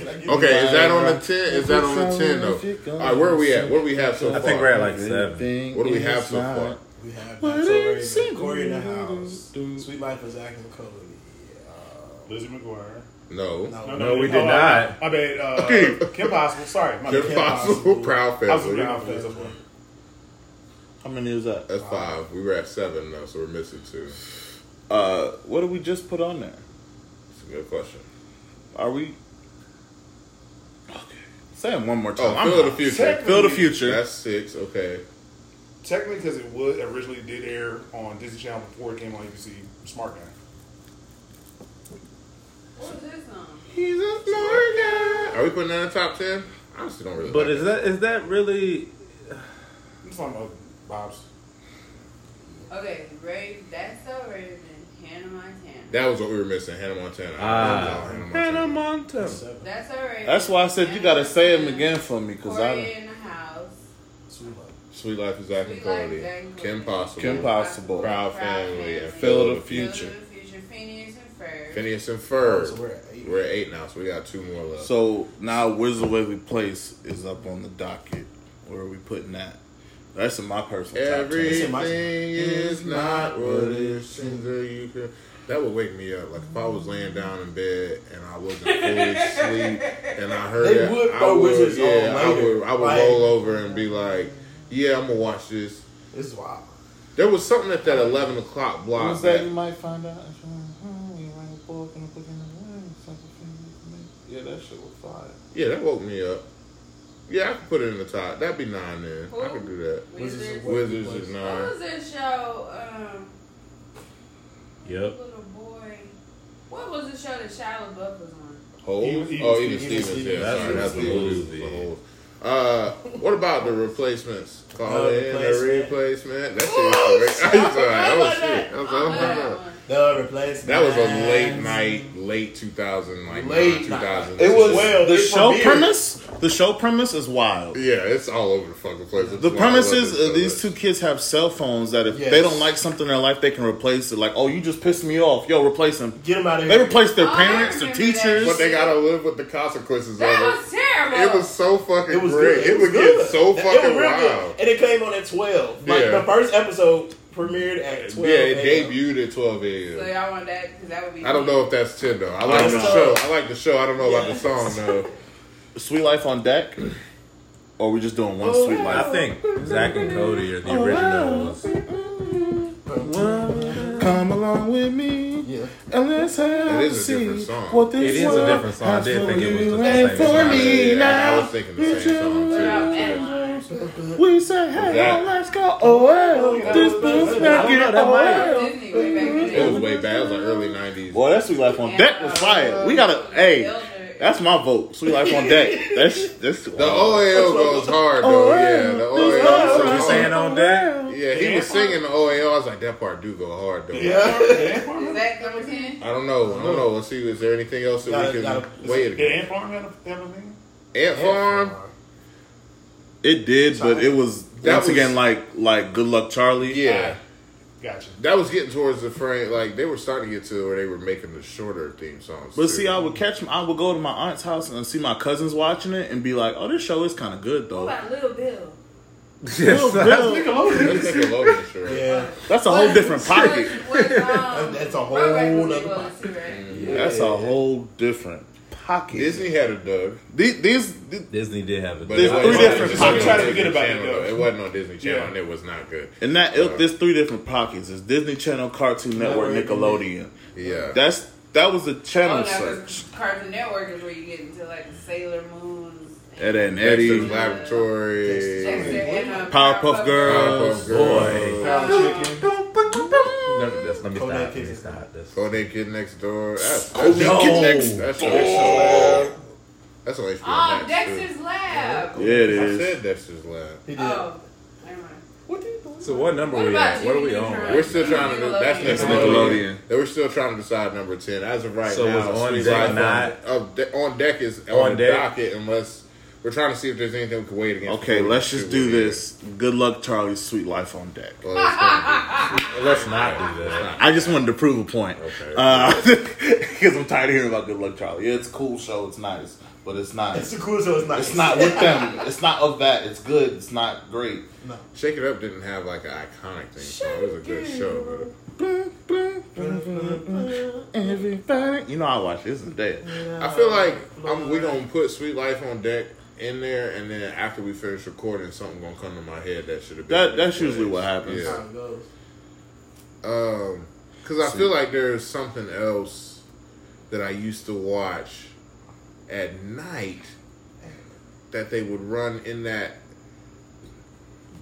that on the ten? Is that on the ten though? All right, where are we at? What do we have so far? I think we're at like seven. What do we have so far? We have What Max is O'Reilly, it? Corey in the house. Sweet Life of Zach and Cody. Lizzie McGuire. No. No, No, we oh, did not. I mean, uh, Kim Possible. Sorry, my Good bad. possible proud I was looking family. out for this one. How many is that? That's five. We were at seven though, so we're missing two. Uh, what did we just put on there? It's a good question. Are we? Okay. Say it one more time. Oh, I'm Phil the not- Future. Technically- Phil the Future. That's six. Okay. Technically, because it was originally did air on Disney Channel before it came on ABC Smart Guy. What was this song? He's a smart guy. Are we putting that in the top ten? I honestly don't really. But like is that is that really? I'm just talking about Bob's. Okay, Raven. That's so Raven. Hannah Montana. That was what we were missing. Hannah Montana. Ah. Hannah Montana. Hannah Montana. That's so Raven. That's why I said you gotta say him again for me, cause Corey I in the house. Sweet life. Sweet Life is Zach and Sweet Life is Cody. Zack and Kim Cody. Possible. Kim Possible. Proud Family. And Phil Phil the the Phil Future. the Future, Phineas and Ferb. Phineas and Ferb. So we're at eight. We're at eight now, so we got two more left. So now Wizard Waverly Place is up on the docket. Where are we putting that? That's in my personal top ten. Everything my- is not what it seems that you could. That would wake me up. Like if I was laying down in bed and I wasn't fully asleep and I heard They that, would I throw would, wizards on yeah, I later. would, I would Like- roll over and be like, "Yeah, I'm gonna watch this." This is wild. There was something at that eleven o'clock block Who's that you that might find out if you hmm, you write a book and put it in the room, something for you to make. Yeah, that shit was fire. yeah, that woke me up. Yeah, I could put it in the top. That'd be nine then. I could do that. Wizards. What Wizards is nine. was that show? Um, Yep. little boy. What was the show that Shia LaBeouf was on? Holes? Even- oh, even even Stevens. Stevens. Yeah, That's sorry, what that's the the movie. movie. Uh, what about the replacements? Call Oh, in the Replacement. replacement. That shit was great. I was like, oh shit. I was like, I oh love my that God. one. The replacement. That was a late night, late 2000, like Late late night. 2000. It was Well, the they show premiered. premise. The show premise is wild. Yeah, it's all over the fucking place. That's The why I premise love is it so uh, these two much. kids have cell phones that if Yes. they don't like something in their life, they can replace it. Like, oh, you just pissed me off. Yo, replace them. Get him out of They here. replaced their Oh, I parents, their remember that. teachers. But they gotta live with the consequences of That it. was terrible. It was so fucking It was great. good. It would was get so It fucking was real wild. good. And it came on at 12. Like, Yeah. the first episode premiered at 12. Yeah, it a.m. debuted at 12 a.m. So y'all want that? Because that would be. I don't know if that's ten though. I like the don't show. know. I like the show. I don't know about the song though. Sweet Life on Deck. Or we just doing one Sweet Oh, I Life. think Zach and Cody are the original ones. Come along with me. Yeah. And let's have It is a different song. It is a world different song. I has did think it was you the same and song. for me Yeah, I now. was thinking the same song What about too. Adeline? We say, hey, that- yo, let's go. Oh, well, this booth not know, get that oh, might- well. Disney way back It then. was way back. It was like early nineties. Boy, that Sweet Life on Deck was fire. We gotta, hey, that's my vote. Sweet Life on Deck. That's, that's The OAL goes hard though. Yeah, the So OAL you goes saying hard. on that? Yeah, he was singing the OAL. I was like, that part do go hard though. Yeah. Is that number ten? I don't know. I don't know. Let's see. Is there anything else that we Gotta- can wait? Did Ant Farm have a, have a thing? Ant Farm. It did, but it was That once was- again like like Good Luck Charlie. Yeah. Gotcha. That was getting towards the frame. Like they were starting to get to where they were making the shorter theme songs. But too. see, I would catch. I would go to my aunt's house and see my cousins watching it and be like, "Oh, this show is kind of good, What though." about Little Bill? Bill, Bill, Let's take a look at the short. Yeah. that's a whole different pocket. Was, was, um, That's a whole Robert Williams nother was too, right? That's a whole different pocket. Disney had a dub. These, these, th- Disney did have it. But There's it three wasn't- different it wasn't pockets. Try to on forget Disney about it, Channel, though. though. It wasn't on Disney Channel, Yeah. and it was not good. and that ilk, there's three different pockets. It's Disney Channel, Cartoon Network, Network, Nickelodeon. Yeah, That's that was a Oh, channel that search. was Cartoon Network is where you get into like the Sailor Moons. Ed and Dexter's Eddie, Laboratory, Dexter and, um, Powerpuff Girls, Powerpuff Girls, Pound chicken. No, that's, let me Kodak stop. Let me Kids. stop. That's, Codename Kid Next Door. That's Codename that's on Kid HBO Next That's on Oh. HBO. Lab. That's on HBO Oh, Max, Dexter's Lab. Yeah, it too. I is. said Dexter's Lab. He did. Oh, never mind. so what number What we about at? What are we Jimmy on? Neutron? We're still trying to. That's Nickelodeon. That's Nickelodeon. Nickelodeon. They were still trying to decide number ten. As of right So now, was On Sweet Deck Life not- of Oh, De- on deck is on, On the Deck? docket unless. We're trying to see if there's anything we can wait against. Okay, before we let's shoot just do with it. this. Good luck, Charlie's Sweet Life on Deck. Well, it's gonna Let's not do that. I just wanted to prove a point. Okay. Because I'm tired of hearing about Good Luck Charlie. Yeah, it's a cool show. It's nice. But it's not. It's It's, the cool show. It's nice. not with them. It's not of that. It's good. It's not great. be- Shake It Up didn't have like an iconic thing, so it was a good show. But Everybody. You know, I watch this and that. I feel like I'm, we gonna put Sweet Life on deck in there, and then after we finish recording, something gonna come to my head that should have been. That- that's usually what happens. That's how Yeah. it goes. Um, Because I feel like there's something else that I used to watch at night that they would run in that.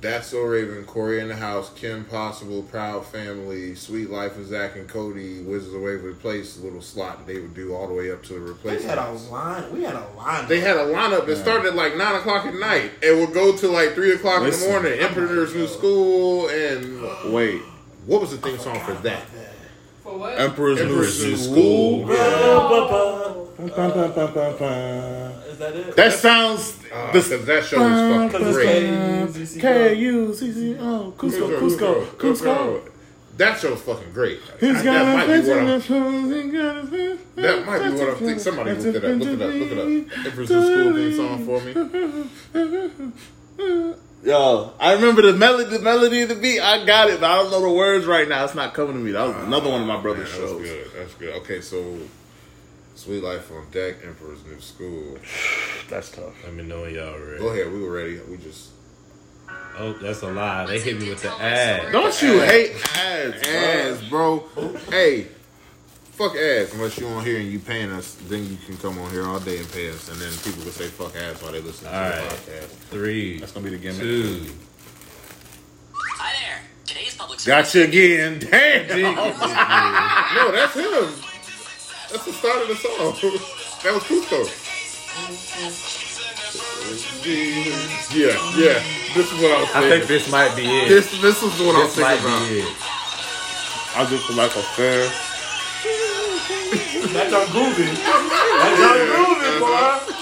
That's So Raven, Corey in the House, Kim Possible, Proud Family, Sweet Life of Zach and Cody, Wizards of Waverly Place, little slot that they would do all the way up to the We replacement. had a line. We had a line. They had a lineup that started at like nine o'clock at night and would go to like three o'clock Listen. in the morning. Emperor's New School and Wait, what was the theme song for that? For what? Emperor's, Emperor's New New School. School. Is that it? That sounds. Uh, this- 'cause that show was fucking Cause great. it's K crazy. U C C O Cusco Cusco, Cusco Cusco. That show's fucking great. He's that, got a might be what vision I'm, of something, got a vision. that might be what I'm thinking. Somebody looked it up. Look it up. Look it up. Emperor's New School theme song for me. Yo, I remember the melody, the melody of the beat. I got it, but I don't know the words right now. It's not coming to me. That was another one of my brother's Man, that's shows. good. That's good. Okay, so Sweet Life on Deck, Emperor's New School. That's tough. Let me know when y'all Go ready. ahead. We were ready. We just. Oh, that's a lie. They hit me with the ad. Don't you hate Ads, ass, bro. Hey, fuck ass. Unless you on here and you paying us, then you can come on here all day and pay us, and then people can say fuck ass while they listen to All the right. podcast. Three, That's gonna be the gimmick. two. Hi there. Today's public Gotcha again. Damn. No, that's him. That's the start of the song. that was Cusco. Yeah, yeah. This is what I was Mm-hmm. I think thinking. this might be it. This this is what I was This might thinking about. be it. I just feel like a fair. That's our groovy. That's our groovy, boy.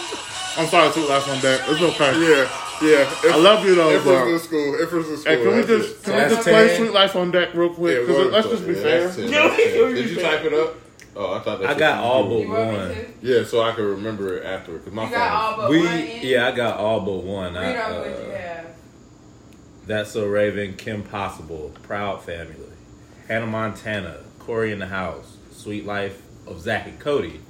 I'm sorry, too. Last one back. It's okay. Yeah, yeah. I love you though, Emperor's New bro. School. Emperor's New School. Hey, can we that's it. just can we That's just play ten. Sweet Life on deck real quick? we're Because on let's the just be phone. fair. That's it. Yeah, we- That's it. we Did you be type it up? Oh, I thought that's I what got you all do. but You want me one. to? Yeah, so I can remember it afterward. Cause my You phone. got all but We one. in? yeah, I got all but one. I, Read off what you uh, have. that's so Raven, Kim Possible, Proud Family, Hannah Montana, Corey in the House, Sweet Life of Zach and Cody,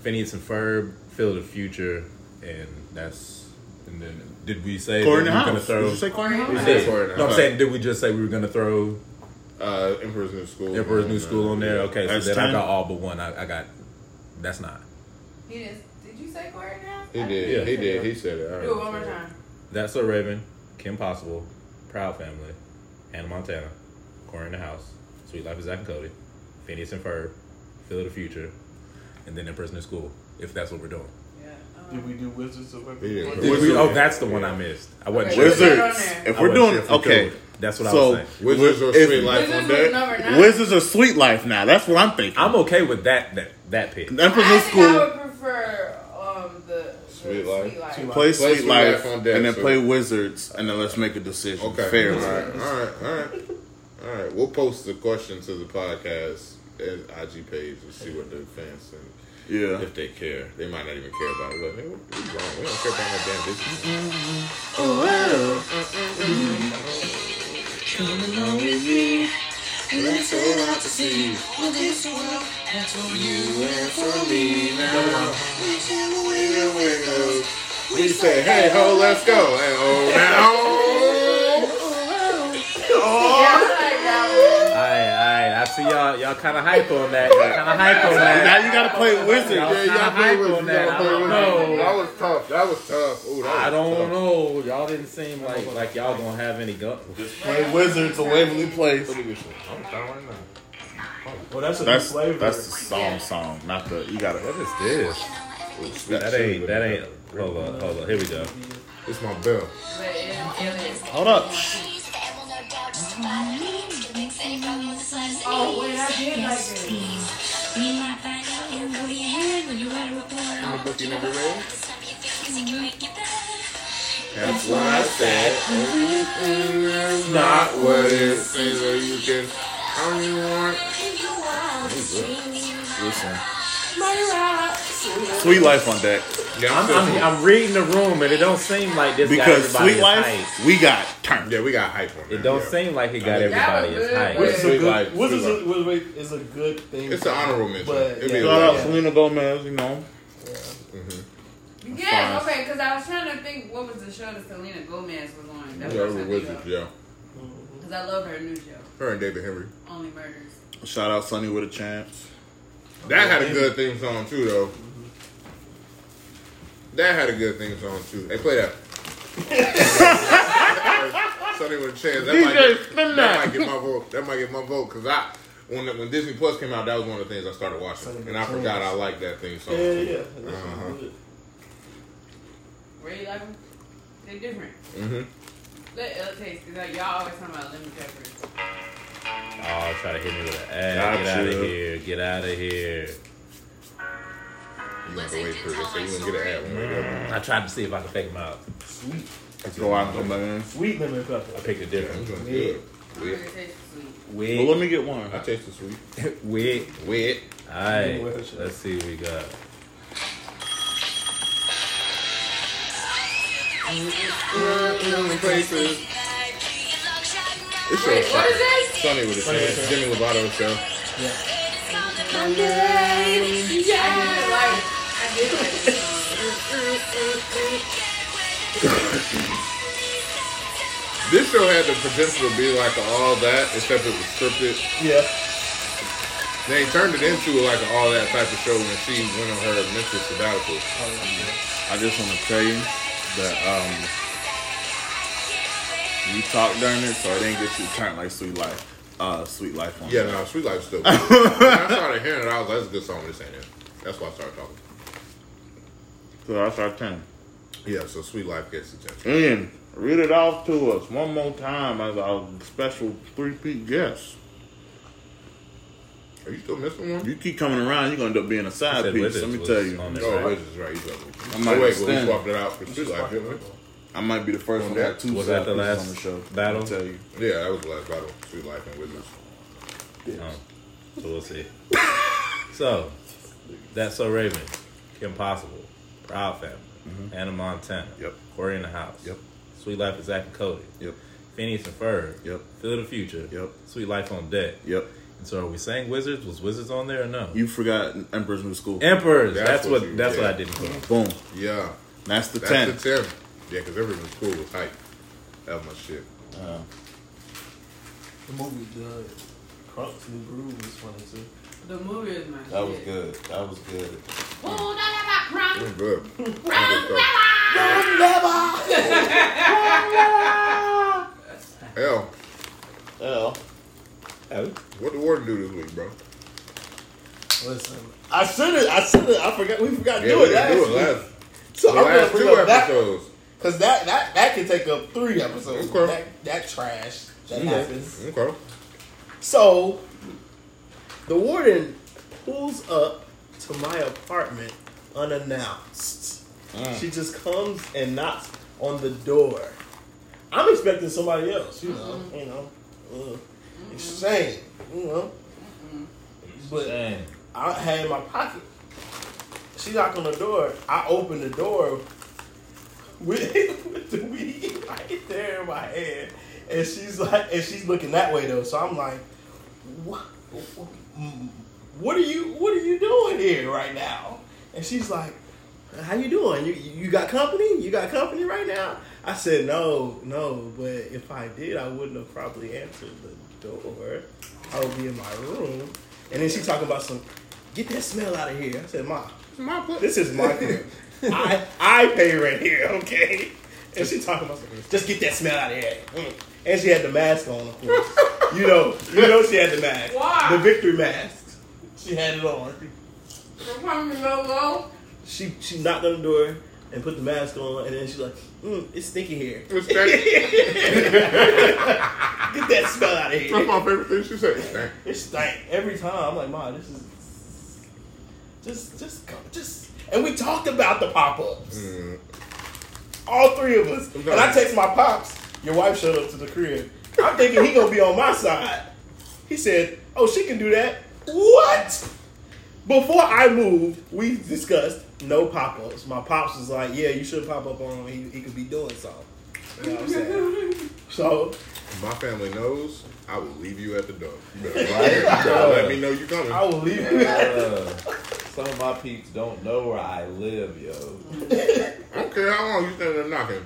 Phineas and Ferb, Field of Future, and that's. And then did we say Corey in that the we were gonna house. throw? Did you say Corey in the We house? We said did. Corey in the No, I'm House. saying did we just say we were gonna throw uh, Emperor's New School. uh, Emperor's New School on there? Okay, so That's then I 10. got all but one. I, I got that's not. He did. Did you say Corey now? He I did. Yeah. He did. He said it. I Do it heard one him more say it. time. That's a Raven, Kim Possible, Proud Family, Hannah Montana, Corey in the House, Sweet Life of Zach and Cody, Phineas and Ferb, Phil of the Future, and then Emperor's New School, if that's what we're doing. Yeah. um, Did we do Wizards of He Waverly? didn't. Did we- oh, that's the one I missed. I wasn't sure. Wizards. I Wizards. If we're wasn't doing sure if we okay, could. That's what I so was saying. Wizards or If- Sweet Life Wizards on was Deck. number nine. Wizards are Sweet Life now. That's what I'm thinking. I'm okay with that that, that pick. Emperor's I New think I School. would prefer um, the, the Sweet Life. Sweet Life. Play Sweet Sweet Life, Life on deck, and then so- play Wizards, and then let's make a decision. Okay. Fair. All right. All right. All right. All right. We'll post the question to the podcast and IG page and see what the fans think. Yeah. If they care, they might not even care about it. Like, man, what- what's wrong? We don't care about no damn business. We say, hey ho, let's go. Hey ho, now. Yeah, I like that Alright, alright. I see y'all y'all kinda hype on that. Y'all kinda hype on Now that. you gotta play Wizards. Y'all kinda hype on that. I don't know. That was tough. That was tough. Ooh, that was I tough. don't know. Y'all didn't seem like like y'all gonna have any gun. Play Wizards of Waverly Place. I'm down right now. Well, that's a That's new flavor. that's the song song, not the you gotta. What is this? Ooh, sweet That ain't chili. that ain't. Hold on, hold on. Here we go. It's my bell. one. Hold up. Oh, wait, I did like it. That's why I said "Mm-mm, mm, not what it seems or you can how you want. Listen. Sweet Life on deck Yeah, I'm I'm, still I'm, I'm reading the room, and it don't seem like this because got everybody Sweet as Life hype. we got turned. yeah, we got hype on that. It don't yeah. seem like it got That was everybody as good. hype. Wait. Wizards Sweet of Life, good. Sweet Wizards Life. of Waverly is a good thing. It's an honorable mention. But, It'd be yeah. a Shout little- out Selena Gomez, you know. Yeah, okay, because I was trying to think what was the show that Selena Gomez was on. That's Yeah, what I was we're trying to with think it, yeah. Because because I loved her new show, Her and David Henry. Only Murders. Shout out Sonny with a chance. That had a good theme song too, though. That had a good theme song too. Hey, play that. Sunday with a chance. That, might get, that, might get my vote. That might get my vote because I when when Disney Plus came out, that was one of the things I started watching, Sunday with and I a Chance. forgot I liked that theme song. Yeah, too. yeah. yeah. Uh-huh. Really like them? They different. Mhm. Let L taste because like, y'all always talking about lemon peppers. Oh, try to hit me with an ad. Get out of Gotcha. here. Get out of here. You have to wait for this. So you gonna get an ad when we get up. I tried to see if I could fake them out. Sweet, Let's go out and come back in. sweet lemon pepper. I picked Yeah, a I'm doing different good. I'm Wet. gonna taste the sweet. Well, wig. let me get one. I taste the sweet. Wig. Wet. All right. Let's see what we got. Mm, places. It's your Wait, what is this? Sunday with a chance. Jimmy Lovato show. I did like I did. Like, This show had the potential to be like a all that, except it was scripted. Yeah. They turned it into like an all that type of show when she went on her mental sabbatical. I just want to tell you that um, you talk during it, so it ain't get you turned like Sweet Life. Uh, Sweet Life on. Yeah, no, Sweet Life's still good. when I started hearing it, I was like, that's a good song, but this ain't it. That's why I started talking. So that's our ten. Yeah, so Sweet Life gets attention. Ian, read it off to us one more time as our special three-peat guest. Are you still missing one? You keep coming around, you're gonna end up being a I side said piece. Wizards Let me was tell you, on there, Oh, right? Wiz is right. You got I'm me. not Oh, wait, but we understanding. swapped it out for Sweet Life, didn't we? I might be the first one to have two Was side that the pieces last on the show. battle? Let me tell you, Yeah, that was the last battle. Sweet Life and Wizards. Um, so we'll see. so that's so Raven, Kim Possible, Proud Family, Anna Montana, Mm-hmm. Yep. Corey in the House, Yep. Sweet Life of Zach and Cody, Yep. Phineas and Ferb, Yep. Feel the Future, Yep. Sweet Life on Deck. yep. And so are we saying Wizards? Was Wizards on there or no? You forgot Emperor's New School. Emperors. That's That's, what what. you- that's yeah. what I didn't put. on. Boom. Yeah, That's the that's ten. the 10. Yeah, because everyone was cool was hype. That was my shit. The movie good. Crunk's New Groove was funny too. the movie is my That was good. That was good. Ooh, da, da, da, It crunk, was good. crunk, la, la. Hell, Hell, what the warden do this week, bro? Listen, I should have. I should have. I forgot. We forgot to Yeah, do we it. didn't do it last last. week. So The I'm gonna last bring two up that episodes. because that that that can take up three episodes. Okay. that, that trash that Okay. happens. Okay. So, the warden pulls up to my apartment unannounced. She just comes and knocks on the door. I'm expecting somebody else, you know, you know. Uh, It's a shame, you know. But Dang. I had in my pocket. She knocked on the door. I opened the door with, with the weed right there in my hand, and she's like, and she's looking that way though. So I'm like, what? What are you? What are you doing here right now? And she's like, How you doing? You you got company? You got company right now? I said no, no. But if I did, I wouldn't have probably answered the door. I would be in my room. And then she talking about some, get that smell out of here. I said, Ma, this is my crib. I I pay rent here, okay? And she talking about something. Just get that smell out of here. Mm. And she had the mask on, of course. you know, you know she had the mask. Why? The victory mask. She had it on. The crunk, low, low. She she knocked on the door and put the mask on, and then she's like, mm, "It's stinky here. It's stank. Get that smell out of That's here. my favorite thing she said. It's stank. It stank every time." I'm like, "Ma, this is just just go, just." And we talked about the pop ups. Mm. All three of us. And I text my pops, your wife showed up to the crib. I'm thinking he gonna be on my side. He said, Oh, she can do that. What? Before I moved, we discussed no pop ups. My pops was like, Yeah, you should pop up on him. He, he could be doing something. You know what I'm saying? so, My family knows I will leave you at the door. You better fly in. You better let me know you're coming. I will leave you. Uh, some of my peeps don't know where I live, yo. I don't care how long you standing there knocking.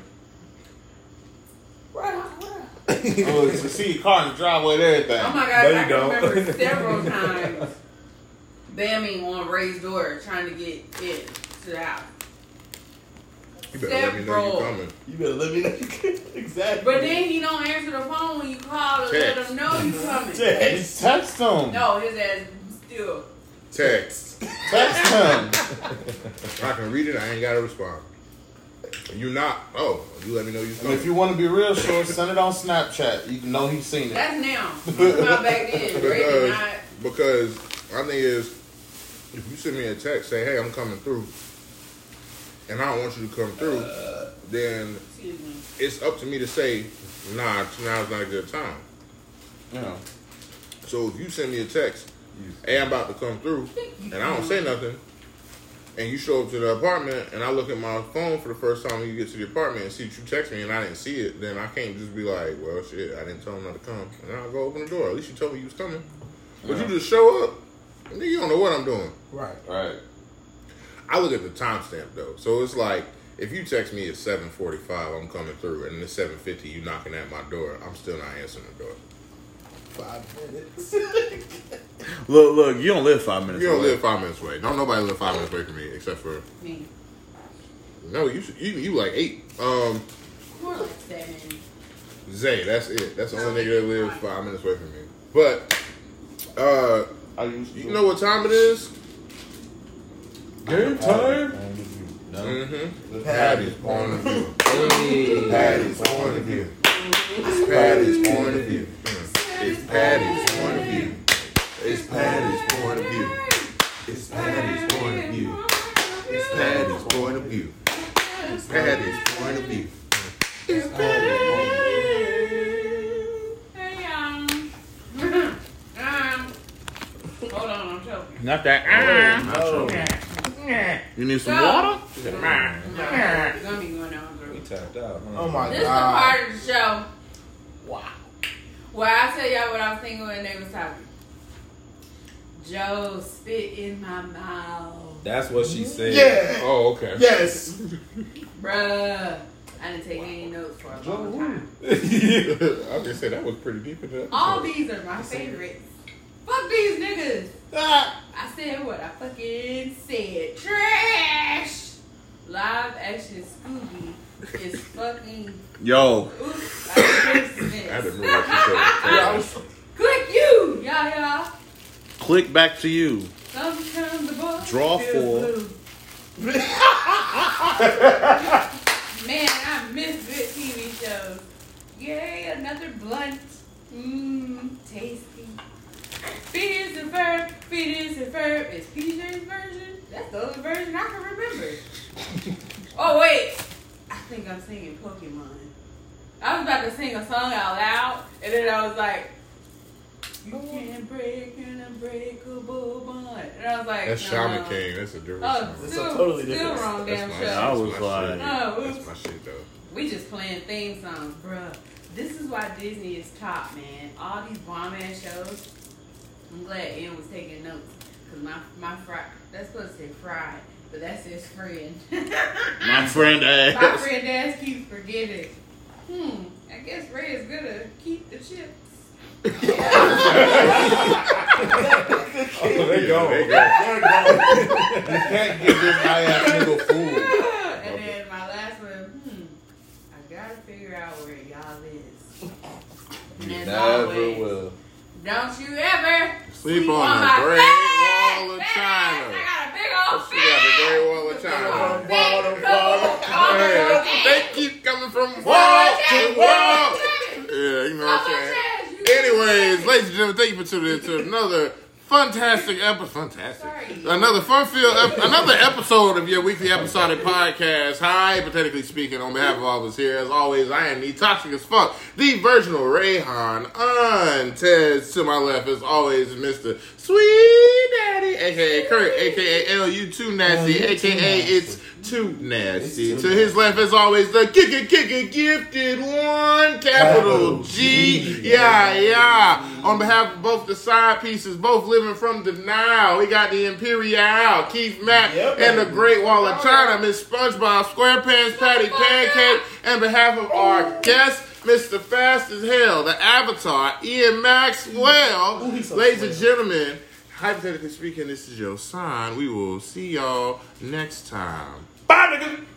Right, right. Oh, it's- see, car in the driveway and everything. Oh my No, god, you I can don't. remember several times bamming on Ray's door trying to get in to the house. You better let me know you coming. You better let me know. exactly. But then he don't answer the phone when you call to let Text. him know you coming. You Yes. text him. No, his ass still. Text. Text him. I can read it. I ain't got to respond. You not. Oh, you let me know you And coming. if you want to be real sure, send it on Snapchat. You know he's seen it. That's now. What about back then? Ray because, did not. because my thing is, if you send me a text, say, hey, I'm coming through, and I don't want you to come through, then Excuse me. it's up to me to say, nah, now's not a good time. You know. So if you send me a text, hey, I'm about to come through, and I don't say nothing, and you show up to the apartment, and I look at my phone for the first time when you get to the apartment and see that you text me, and I didn't see it, then I can't just be like, well, shit, I didn't tell him not to come, and I'll go open the door. At least you told me you was coming, but you just show up. Nigga, you don't know what I'm doing. Right. Right. I look at the timestamp though, so it's like if you text me at 7:45, I'm coming through, and it's 7:50, you knocking at my door, I'm still not answering the door. Five minutes. Look, look, you don't live five minutes. You don't away. live five minutes away. Don't nobody live five minutes away from me except for Me. No, you should, you you like eight. Um, More like seven. Zay, that's it. That's the only nigga that lives five minutes away from me. But uh, I used to. you know what time it is? Game time. No. Mm-hmm. Patty's point of view. Patty's point of view. It's Patty's point of view. It's Patty's point of view. It's Patty's point of view. It's Patty's point of view. It's Patty's point of view. It's Patty's point of view. It's Patty's point of view. Hey, um. um. Hold on, I'm choking. Not that. Oh, You need some Go. water? No, it's gonna be going down, girl. We tapped out. Huh? oh Uh, my This is the god. part of the show. Wow. Well, I tell y'all what I was thinking when they was talking. Joe spit in my mouth, That's what she said. Yeah. Oh, okay. Yes. bruh. I didn't take any notes for a long time. I just said that was pretty deep in the All these are my favorites. Fuck these niggas. I said what I fucking said. Trash. Live action Scooby is fucking. Yo, Oops, I I didn't dismissed. remember what you said. Click you, y'all, y'all. click back to you. Sometimes the boy Draw feels four. blue. Man, I miss good TV shows. Yay, another blunt. Mmm, tasty. Fetus and Ferb, Fetus and Ferb is PJ's version. That's the only version I can remember. oh, wait. I think I'm singing Pokemon. I was about to sing a song out loud, and then I was like, You Oh. can't break an unbreakable bond. And I was like, That's "No." Shaman King. That's a different Oh, song. It's a still, totally still different- wrong damn my show. shit. I was That's my like- shit. Oh, oops. that's my shit though. We just playing theme songs, bruh. This is why Disney is top, man. All these bomb ass shows. I'm glad Ian was taking notes. Cause my my fry that's supposed to say fried, but that's his friend. My friend my ass. friend ass keeps forgetting. Hmm, I guess Ray is gonna keep the chips. Oh, they Yeah, gone. they go. You can't give this high ass nigga food. and then my last one, hmm, I gotta figure out where y'all is. And as always, Don't you ever Sleep on the my Great Wall of fat China. ass. I got a big old She got the fat Great Wall of China. big old Yeah, they fat keep coming from wall wall to of wall. China. Yeah, you know Wall what of I'm saying. China, you- Anyways, ladies and gentlemen, thank you for tuning in to another fantastic episode. Fantastic. Sorry. Another fun-filled, ep- another episode of your weekly episodic podcast. Hi, hypothetically speaking, on behalf of all of us here, as always, I am the toxic as fuck, the virginal Rayhan. Untez to my left, as always, Mister Sweet Daddy, aka Kurt, aka Lu Too Nasty, aka It's Too Nasty. To his left, as always, the kicker, kicker, gifted one, capital G, yeah, yeah. On behalf of both the side pieces, both living from the Nile, we got the Imperial, Keith Mack, Yep, and the baby. Great Wall of China, Miss SpongeBob, SquarePants, Patty Pancake, on behalf of our guest, Mr. Fast as Hell, the Avatar, Ian Maxwell. Ooh, he's so Ladies slim. and gentlemen, hypothetically speaking, this is your sign. We will see y'all next time. Bye, nigga.